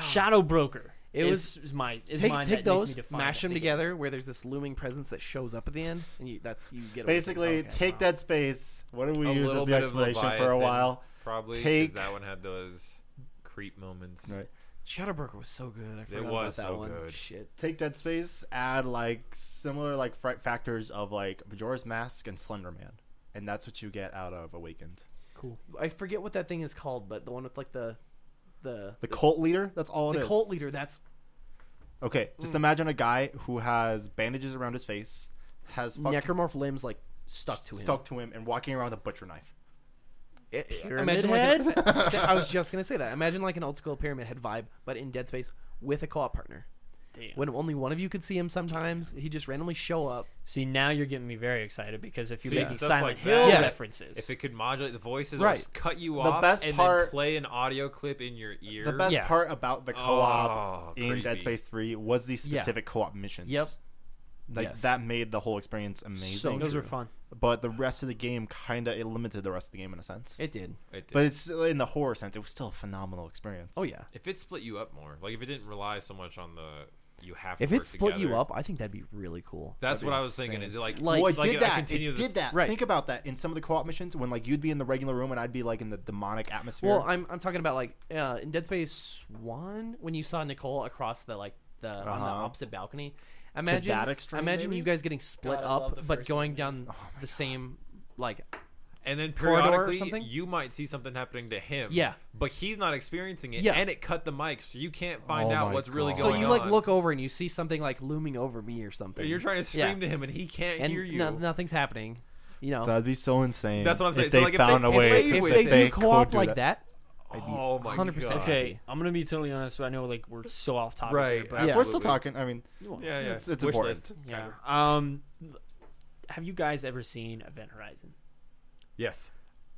S1: Shadow Broker.
S4: Oh. It
S1: It is, is my is
S4: Take,
S1: mine
S4: take
S1: that makes
S4: those,
S1: me define
S4: mash
S1: it.
S4: them together, where there's this looming presence that shows up at the end, and you, that's you get. away from
S2: Basically,
S4: it.
S2: take Dead Space. What did we
S3: A
S2: use
S3: little
S2: as the
S3: bit of
S2: explanation for a
S3: Leviathan,
S2: while?
S3: Probably because
S2: Take-
S3: that one had those creep moments.
S2: Right.
S4: Shadowbroker was so good. I forgot
S3: was
S4: about that
S3: so
S4: one.
S3: good.
S4: Shit.
S2: Take Dead Space. Add like similar like fr- factors of like Majora's Mask and Slender Man, and that's what you get out of Awakened.
S1: Cool.
S4: I forget what that thing is called, but the one with like the the
S2: The cult leader. That's all it
S4: the
S2: is.
S4: cult Mm. leader. That's
S2: Okay, just imagine a guy who has bandages around his face, has fucking
S4: necromorph limbs like stuck to him.
S2: stuck to him, and walking around with a butcher knife.
S4: It- it-
S1: Pyramid
S4: Like an, I was just gonna say that. Imagine like an old school pyramid head vibe, but in Dead Space with a co-op partner.
S1: Damn.
S4: When only one of you could see him, sometimes he just randomly show up.
S1: See, now you're getting me very excited because if you're
S3: See,
S1: making
S3: stuff
S1: Silent
S3: like
S1: Hill
S4: that,
S1: references,
S3: If it could modulate the voices or
S4: Right.
S3: just cut you
S2: The
S3: off
S2: best
S3: and
S2: part-
S3: then play an audio clip in your ear.
S2: The best
S1: Yeah.
S2: part about the co-op
S3: Oh,
S2: in Dead
S3: creepy.
S2: Space Three was the specific co-op missions.
S4: Yep.
S2: Like
S4: Yes.
S2: that made the whole experience amazing.
S4: So
S1: those
S4: true.
S1: were fun.
S2: but the rest of the game kind of it limited the rest of the game in a sense.
S4: It did.
S3: It did.
S2: but it's in the horror sense, it was still a phenomenal experience.
S4: Oh yeah.
S3: if it split you up more, like if it didn't rely so much on the you have to
S4: If
S3: work
S4: it split you
S3: together,
S4: up, I think that'd be really cool.
S3: That's
S2: That'd
S3: what
S2: be
S3: I was thinking.
S2: insane.
S3: Is it like
S4: Like-
S2: Well,
S3: like
S2: it did
S3: I
S2: that.
S3: continue
S2: It
S3: this-
S2: did that.
S4: Right.
S2: Think about that in some of the co-op missions when like you'd be in the regular room and I'd be like in the demonic atmosphere.
S4: Well, I'm, I'm talking about like uh, in Dead Space One when you saw Nicole across the like the on the
S2: Uh-huh.
S4: opposite balcony. Imagine
S2: that extreme,
S4: imagine
S2: maybe?
S4: you guys getting split
S1: God, I love the
S4: up, but
S1: first
S4: going
S1: one,
S4: down the same like
S3: and then
S4: corridor or
S3: periodically
S4: something?
S3: you might see something happening to him.
S4: Yeah.
S3: but he's not experiencing it.
S4: Yeah.
S3: and it cut the mic, so you can't find
S2: Oh
S3: out
S2: my
S3: what's really
S2: God.
S4: so
S3: going on.
S4: you like look over and you see something like looming over me or something.
S3: You're trying to scream to
S4: Yeah.
S3: him, and he can't
S4: and
S3: hear you.
S4: no- nothing's happening. You know,
S2: That'd be so insane.
S3: That's what I'm saying.
S2: If
S3: So,
S2: they
S3: like, if they-
S2: found
S3: if
S2: a way,
S3: they-
S2: to,
S4: if
S3: if
S4: they,
S3: they
S4: do co-op
S2: could do
S4: like
S2: that.
S4: that,
S3: oh my
S4: 100%.
S3: god!
S1: Okay, I'm gonna be totally honest. I know like we're so off topic
S3: Right,
S1: here, but
S4: yeah.
S2: We're still
S3: Absolutely.
S2: talking. I mean,
S3: Yeah, yeah.
S2: It's- it's
S3: Wish
S2: important.
S3: list.
S1: yeah. Um, have you guys ever seen Event Horizon?
S3: Yes.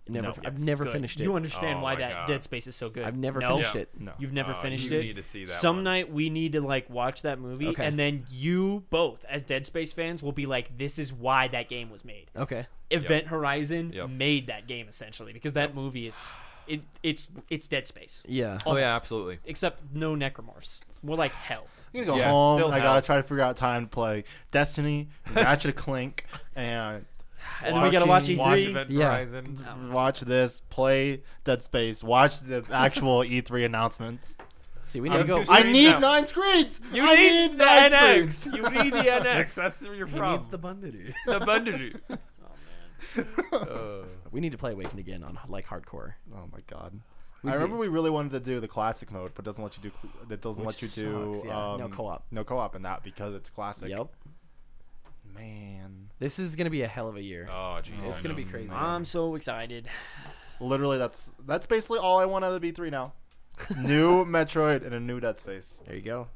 S4: Never,
S2: No.
S4: I've
S2: Yes.
S4: never
S1: Good.
S4: finished it.
S1: You understand
S3: Oh
S1: why
S3: my
S1: that
S3: God.
S1: Dead Space is so good?
S4: I've never
S1: No?
S4: finished it.
S2: No.
S1: You've never
S3: Oh,
S1: finished
S3: you
S1: it.
S3: need to see that
S1: Some
S3: one.
S1: night we need to like watch that movie,
S4: Okay.
S1: and then you both, as Dead Space fans, will be like, "This is why that game was made."
S4: Okay.
S1: Event Horizon
S3: Yep.
S1: made that game essentially because that movie is it it's it's Dead Space.
S4: Yeah.
S3: Oh yeah,
S1: Almost.
S3: absolutely.
S1: Except no necromorphs. More like hell.
S2: I'm gonna go
S3: Yeah,
S2: home.
S3: still
S2: I
S3: hell.
S2: gotta try to figure out time to play Destiny, Ratchet and Clank, and
S1: And then we gotta watch E E3.
S2: Watching-
S3: Watch Event
S4: Yeah.
S3: Horizon.
S2: watch this, play Dead Space, watch the actual E3 announcements.
S4: See, we need
S3: I'm
S4: to go.
S3: too
S4: I-
S2: I
S3: Screens
S2: need
S3: now.
S2: nine screens.
S1: You
S2: I
S1: need, the
S2: nine
S1: NX.
S2: screens.
S1: You need the NX.
S3: That's your
S4: He
S3: problem.
S4: needs the bundity.
S3: the bundle.
S4: we need to play Awakened again on like hardcore.
S2: Oh my god.
S4: We
S2: I remember
S4: did-
S2: we really wanted to do the classic mode, but doesn't let you do. cl- That doesn't
S4: Which
S2: let you do
S4: sucks, yeah.
S2: um,
S4: No co-op.
S2: No co-op in that because it's classic.
S4: Yep.
S2: Man,
S4: This is gonna be a hell of a year.
S3: Oh geez,
S4: it's gonna be crazy.
S1: I'm so excited.
S2: literally, that's that's basically all I want out of the B3 now. new Metroid and a new Dead Space.
S4: there you go.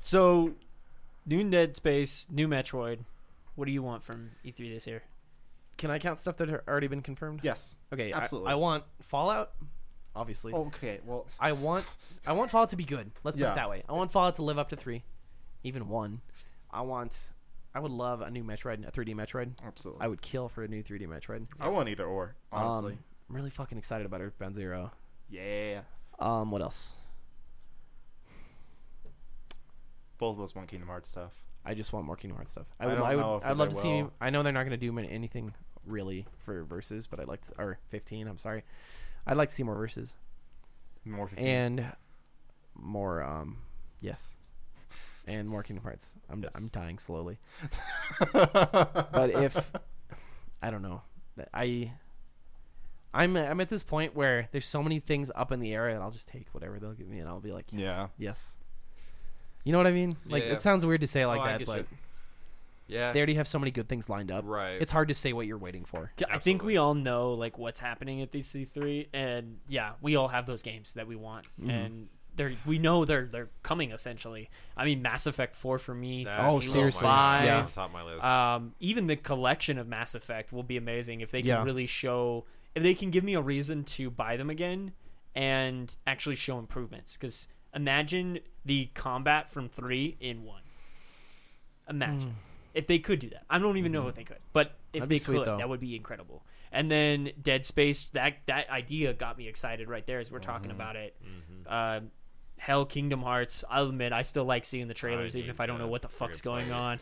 S1: So, new Dead Space, new Metroid. What do you want from E3 this year?
S4: Can I count stuff that have already been confirmed?
S2: Yes.
S4: Okay.
S2: Absolutely.
S4: Absolutely. I, want Fallout. Obviously.
S2: Okay. Well,
S4: I want I want Fallout to be good. Let's put
S2: Yeah.
S4: it that way. I want Fallout to live up to three, even one. I want. I would love a new Metroid, a 3D Metroid.
S2: absolutely.
S4: I would kill for a new 3D Metroid.
S2: I want either or, honestly.
S4: Um, I'm really fucking excited about Earthbound Zero.
S2: yeah.
S4: Um, what else?
S2: Both of us want Kingdom Hearts stuff.
S4: I just want more Kingdom Hearts stuff. I
S2: I
S4: would.
S2: don't
S4: I, would,
S2: know if
S4: I'd love
S2: they
S4: to see.
S2: will.
S4: I know they're not going to do many- anything really for verses, but I'd like to. Or 15. I'm sorry. I'd like to see more verses
S2: More 15.
S4: and more. Um, yes, and more Kingdom Hearts. I'm
S2: Yes.
S4: I'm dying slowly. but if I don't know, That- I I'm I'm at this point where there's so many things up in the air, and I'll just take whatever they'll give me, and I'll be like, yes,
S2: Yeah.
S4: yes. You know what I mean? Like
S3: Yeah.
S4: it sounds weird to say it like
S3: Oh, I
S4: that,
S3: get
S4: but
S3: you. Yeah.
S4: they already have so many good things lined up.
S3: right.
S4: It's hard to say what you're waiting for.
S1: I think
S3: Absolutely.
S1: we all know like what's happening at these C3, and yeah, we all have those games that we want,
S3: Mm-hmm.
S1: and they're we know they're they're coming essentially. I mean, Mass Effect Four for me.
S3: That's-
S4: Oh,
S3: my
S4: seriously.
S3: God,
S4: Yeah.
S3: on top of my list.
S1: Um, even the collection of Mass Effect will be amazing if they can
S4: Yeah.
S1: really show if they can give me a reason to buy them again and actually show improvements. Because imagine the combat from three in one. Imagine if they could do that. I don't even know if they could, but if
S4: Hmm. Mm-hmm. That'd be
S1: they
S4: sweet,
S1: could,
S4: though.
S1: that would be incredible. And then Dead Space, that that idea got me excited right there as we're talking
S4: Mm-hmm.
S1: about it. Um, Hell, Kingdom Hearts. I'll admit, I still like seeing the trailers, even
S3: need
S1: if I don't
S3: to
S1: know what the fuck's
S3: freaking
S1: going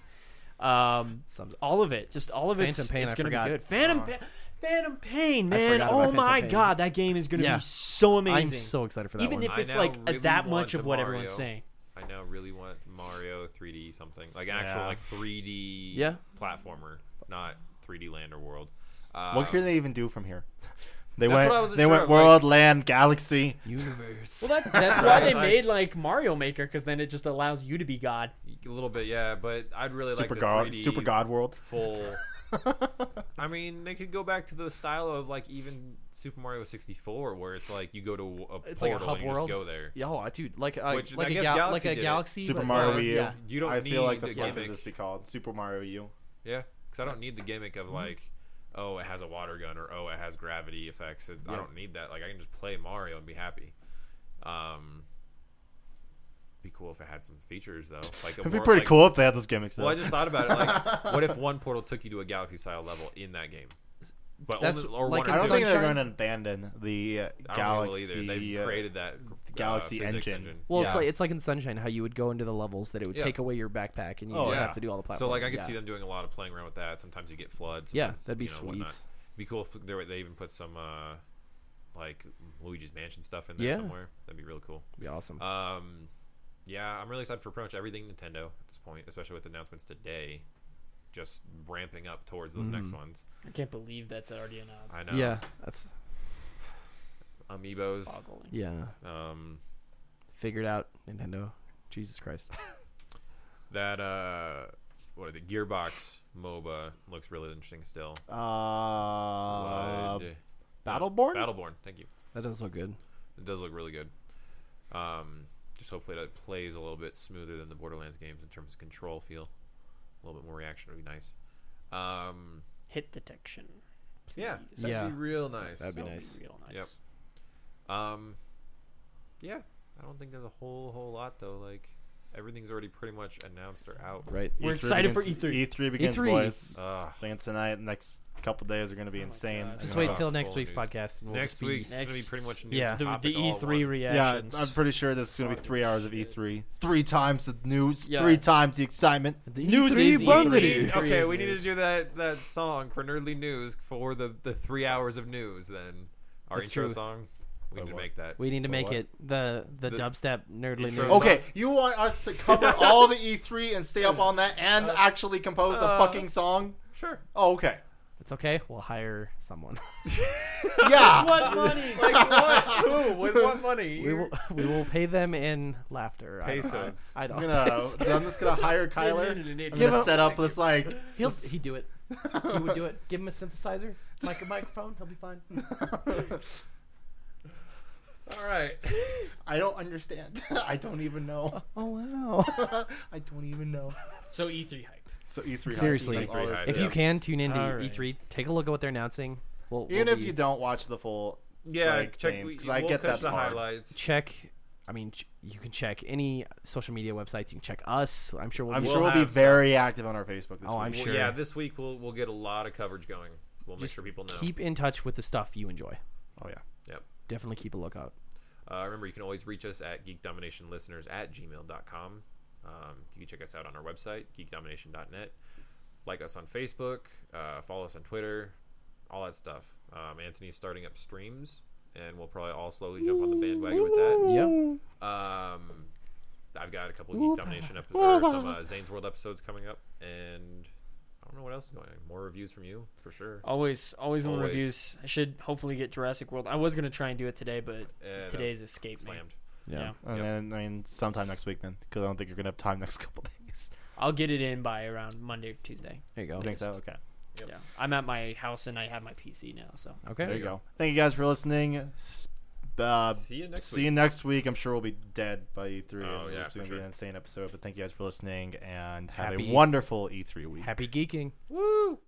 S3: play
S1: on. Um,
S4: Some-
S1: all of it, just all of it's,
S4: Phantom Pain,
S1: it's
S4: I
S1: gonna
S4: forgot.
S1: be good. Phantom,
S3: Oh.
S1: Pain, Phantom Pain, man.
S4: forgot about
S1: Oh
S4: Phantom
S1: my
S4: Pain.
S1: god, that game is gonna
S4: Yeah.
S1: be so
S4: I'm
S1: amazing.
S4: so excited for that
S1: even
S4: one.
S1: if
S3: I
S1: it's
S3: now
S1: like a-
S3: really
S1: that
S3: want
S1: much of
S3: the
S1: what everyone's
S3: Mario.
S1: saying.
S3: I now really want Mario 3D something like an actual
S2: Yeah.
S3: like 3D
S4: Yeah.
S3: platformer, not 3D Land or World. Uh,
S2: what can they even do from here? They
S3: That's
S2: went.
S3: what I wasn't
S2: they
S3: sure
S2: went
S3: of, like-
S2: world, land, galaxy.
S4: universe.
S1: Well, that, that's why they
S3: Like-
S1: made like Mario Maker because then it just allows you to be God.
S3: a little bit, yeah, but I'd really
S2: Super
S3: like the
S2: god.
S3: 3D
S2: Super god world.
S3: full. I mean, they could go back to the style of like even Super Mario 64, where it's like you go to a
S4: It's like a
S3: portal
S4: hub
S3: and you just
S4: world.
S3: go there.
S4: Yeah, oh, dude, like a,
S3: Which,
S4: like,
S3: I
S4: a
S3: guess
S4: gal-
S3: Galaxy
S4: like a
S3: did it.
S4: galaxy.
S2: Super
S4: but-
S2: Mario
S4: yeah,
S2: Wii U.
S4: Yeah.
S3: uh, You don't
S2: I feel
S3: need
S2: like
S3: the
S2: that's what it should
S3: gimmick.
S2: just be called. Super Mario U.
S3: Yeah, because I don't need the gimmick
S4: Mm-hmm.
S3: of like, oh, it has a water gun or oh, it has gravity effects. It- I
S4: Yeah.
S3: don't need that. Like, I can just play Mario and be happy. Um, be cool if it had some features though. Like, a
S2: It'd be
S3: more-
S2: pretty
S3: like-
S2: cool if they had those gimmicks.
S3: Well, I
S2: though.
S3: just thought about it. Like, what if one portal took you to a galaxy style level in that game? But
S4: That's
S3: only, or
S4: like
S3: one
S4: a
S3: or
S2: I don't
S3: two.
S2: think they're
S4: Sunshine?
S2: going to abandon the uh,
S3: I don't think
S2: galaxy.
S3: they will either. They've
S2: uh,
S3: created that
S2: Galaxy
S3: uh, physics
S2: engine.
S4: Well, it's
S2: Yeah.
S4: like it's like in Sunshine how you would go into the levels that it would
S3: Yeah.
S4: take away your backpack and you
S2: Oh,
S4: would
S3: yeah.
S4: have to do all the platforms.
S3: So like I could
S4: yeah.
S3: see them doing a lot of playing around with that. Sometimes you get floods.
S4: Yeah, that'd be sweet.
S3: Be cool if there, they even put some uh, like Luigi's Mansion stuff in there
S4: Yeah.
S3: somewhere. That'd be really cool.
S4: Be awesome.
S3: Um, yeah, I'm really excited for pretty much everything Nintendo at this point, especially with the announcements today. Just ramping up towards those next ones.
S1: I can't believe that's already announced.
S3: I know.
S4: Mm-hmm. yeah, that's
S3: Amiibos.
S1: Boggling.
S4: yeah.
S3: Um,
S4: Figured out Nintendo. Jesus Christ.
S3: that uh, what is it? Gearbox MOBA looks really interesting still.
S2: Uh,
S3: Would-
S2: Battleborn?
S3: Battleborn. Thank you.
S4: that does look good.
S3: It does look really good. Um, just hopefully that plays a little bit smoother than the Borderlands games in terms of control feel. A little bit more reaction would be nice. Um,
S1: Hit detection.
S3: yeah,
S1: please.
S3: that'd
S4: Yeah.
S3: be real nice.
S4: That'd
S1: That'll
S4: nice.
S1: real nice.
S3: Yep. Um, yeah, I don't think there's a whole whole lot though. Like everything's already pretty much announced or out.
S4: Right.
S1: We're excited for
S2: E
S1: E
S2: begins-
S1: E3.
S2: E3 begins,
S4: E3.
S2: boys.
S3: Uh,
S2: I think it's tonight. Next couple days are going to be
S1: Oh my
S2: insane.
S1: God.
S4: Just
S3: Yeah.
S4: wait till next
S3: Full
S4: week's
S3: news.
S4: podcast. and we'll
S3: next
S4: just be-
S3: week's gonna be
S1: next-
S3: pretty much news
S4: Yeah.
S1: The,
S3: topic
S1: the
S3: all at
S1: E3
S3: once.
S2: Yeah,
S1: reactions.
S2: I'm pretty sure this is going to be three hours of
S1: Shit.
S2: E3. Three times the news,
S1: Yeah.
S2: three times the excitement.
S4: The E
S1: News
S4: E3
S1: is E3.
S4: bungalow.
S1: Three
S3: okay,
S1: is
S3: we need
S1: news.
S3: to do that that song for Nerdly News for the the three hours of news. Then our
S4: That's
S3: intro
S4: true.
S3: song. We
S2: Wait,
S3: need to
S2: what?
S3: make that.
S4: We need to
S3: Wait,
S4: make
S3: what?
S4: it the the,
S3: The-
S4: dubstep nerdly news.
S3: Intro. Oh,
S2: Okay, you want us to cover all the E3 and stay up on that and actually compose the
S3: uh,
S2: fucking song?
S3: Sure.
S2: Oh, okay.
S4: It's okay. We'll hire someone.
S2: Yeah.
S1: what money?
S3: Like what? Who? With what money?
S4: we will we will pay them in laughter. I don't-
S3: Pesos.
S4: I don't.
S2: I'm gonna. I'm just gonna hire Kyler. I'm gonna
S4: up.
S2: set up this like.
S4: He'll he do it. He would do it. Give him a synthesizer, mic a microphone. He'll be fine.
S3: All right.
S2: I don't understand. I don't even know.
S4: Oh wow!
S2: I don't even know.
S1: So E3 hype.
S2: So E3.
S4: Seriously.
S2: hype. That's all
S3: E3
S2: this
S3: hype.
S2: is.
S4: If you can tune into
S1: All right.
S4: E3, take a look at what they're announcing. We'll,
S2: even
S4: we'll
S2: if
S4: be-
S2: you don't watch the full,
S3: Yeah.
S2: Like
S3: check.
S2: names,
S3: we-
S2: 'cause I
S3: we'll
S2: get
S3: catch
S2: that's
S3: the
S2: hard.
S3: highlights.
S4: check, I mean, ch- you can check any social media websites. You can check us. I'm sure we'll.
S2: I'm
S4: be,
S2: sure we'll be
S3: have
S2: very active on our Facebook this
S4: Oh,
S2: week.
S4: I'm
S3: Well,
S4: sure.
S3: Yeah. This week we'll we'll get a lot of coverage going. We'll make
S4: Just
S3: sure people know.
S4: Keep in touch with the stuff you enjoy.
S2: oh yeah.
S3: Yep.
S4: Definitely keep a lookout.
S3: Uh, remember, you can always reach us at geekdominationlisteners at gmail.com. Um, you can check us out on our website, geekdomination.net. Like us on Facebook, uh, follow us on Twitter, all that stuff. Um, Anthony's starting up streams, and we'll probably all slowly jump on the bandwagon with that.
S4: Yep.
S3: Um, I've got a couple of Geek Domination episodes, or some uh, Zane's World episodes coming up, and I don't know what else is going on. More reviews from you, for sure.
S1: Oh, Always, always in the
S3: Always.
S1: reviews. I should hopefully get Jurassic World. I was gonna try and do it today, but
S3: Uh,
S1: today's
S3: that's
S1: escaped me.
S3: Slammed.
S1: Yeah.
S2: And
S3: Yep.
S2: then I mean, sometime next week then, because I don't think you're gonna have time next couple days.
S1: I'll get it in by around Monday or Tuesday.
S4: There you go.
S2: I think so. Okay.
S3: Yep.
S1: Yeah, I'm at my house and I have my PC now, so
S4: Okay.
S2: There you go. Thank you guys for listening. S- Uh,
S3: See you next
S2: see
S3: week.
S2: you next week. I'm sure we'll be dead by E E3.
S3: Oh,
S2: and
S3: yeah,
S2: it's
S3: for
S2: gonna be
S3: sure.
S2: an insane episode. But thank you guys for listening and have
S4: Happy-
S2: a wonderful E3 week.
S4: Happy geeking.
S3: Woo!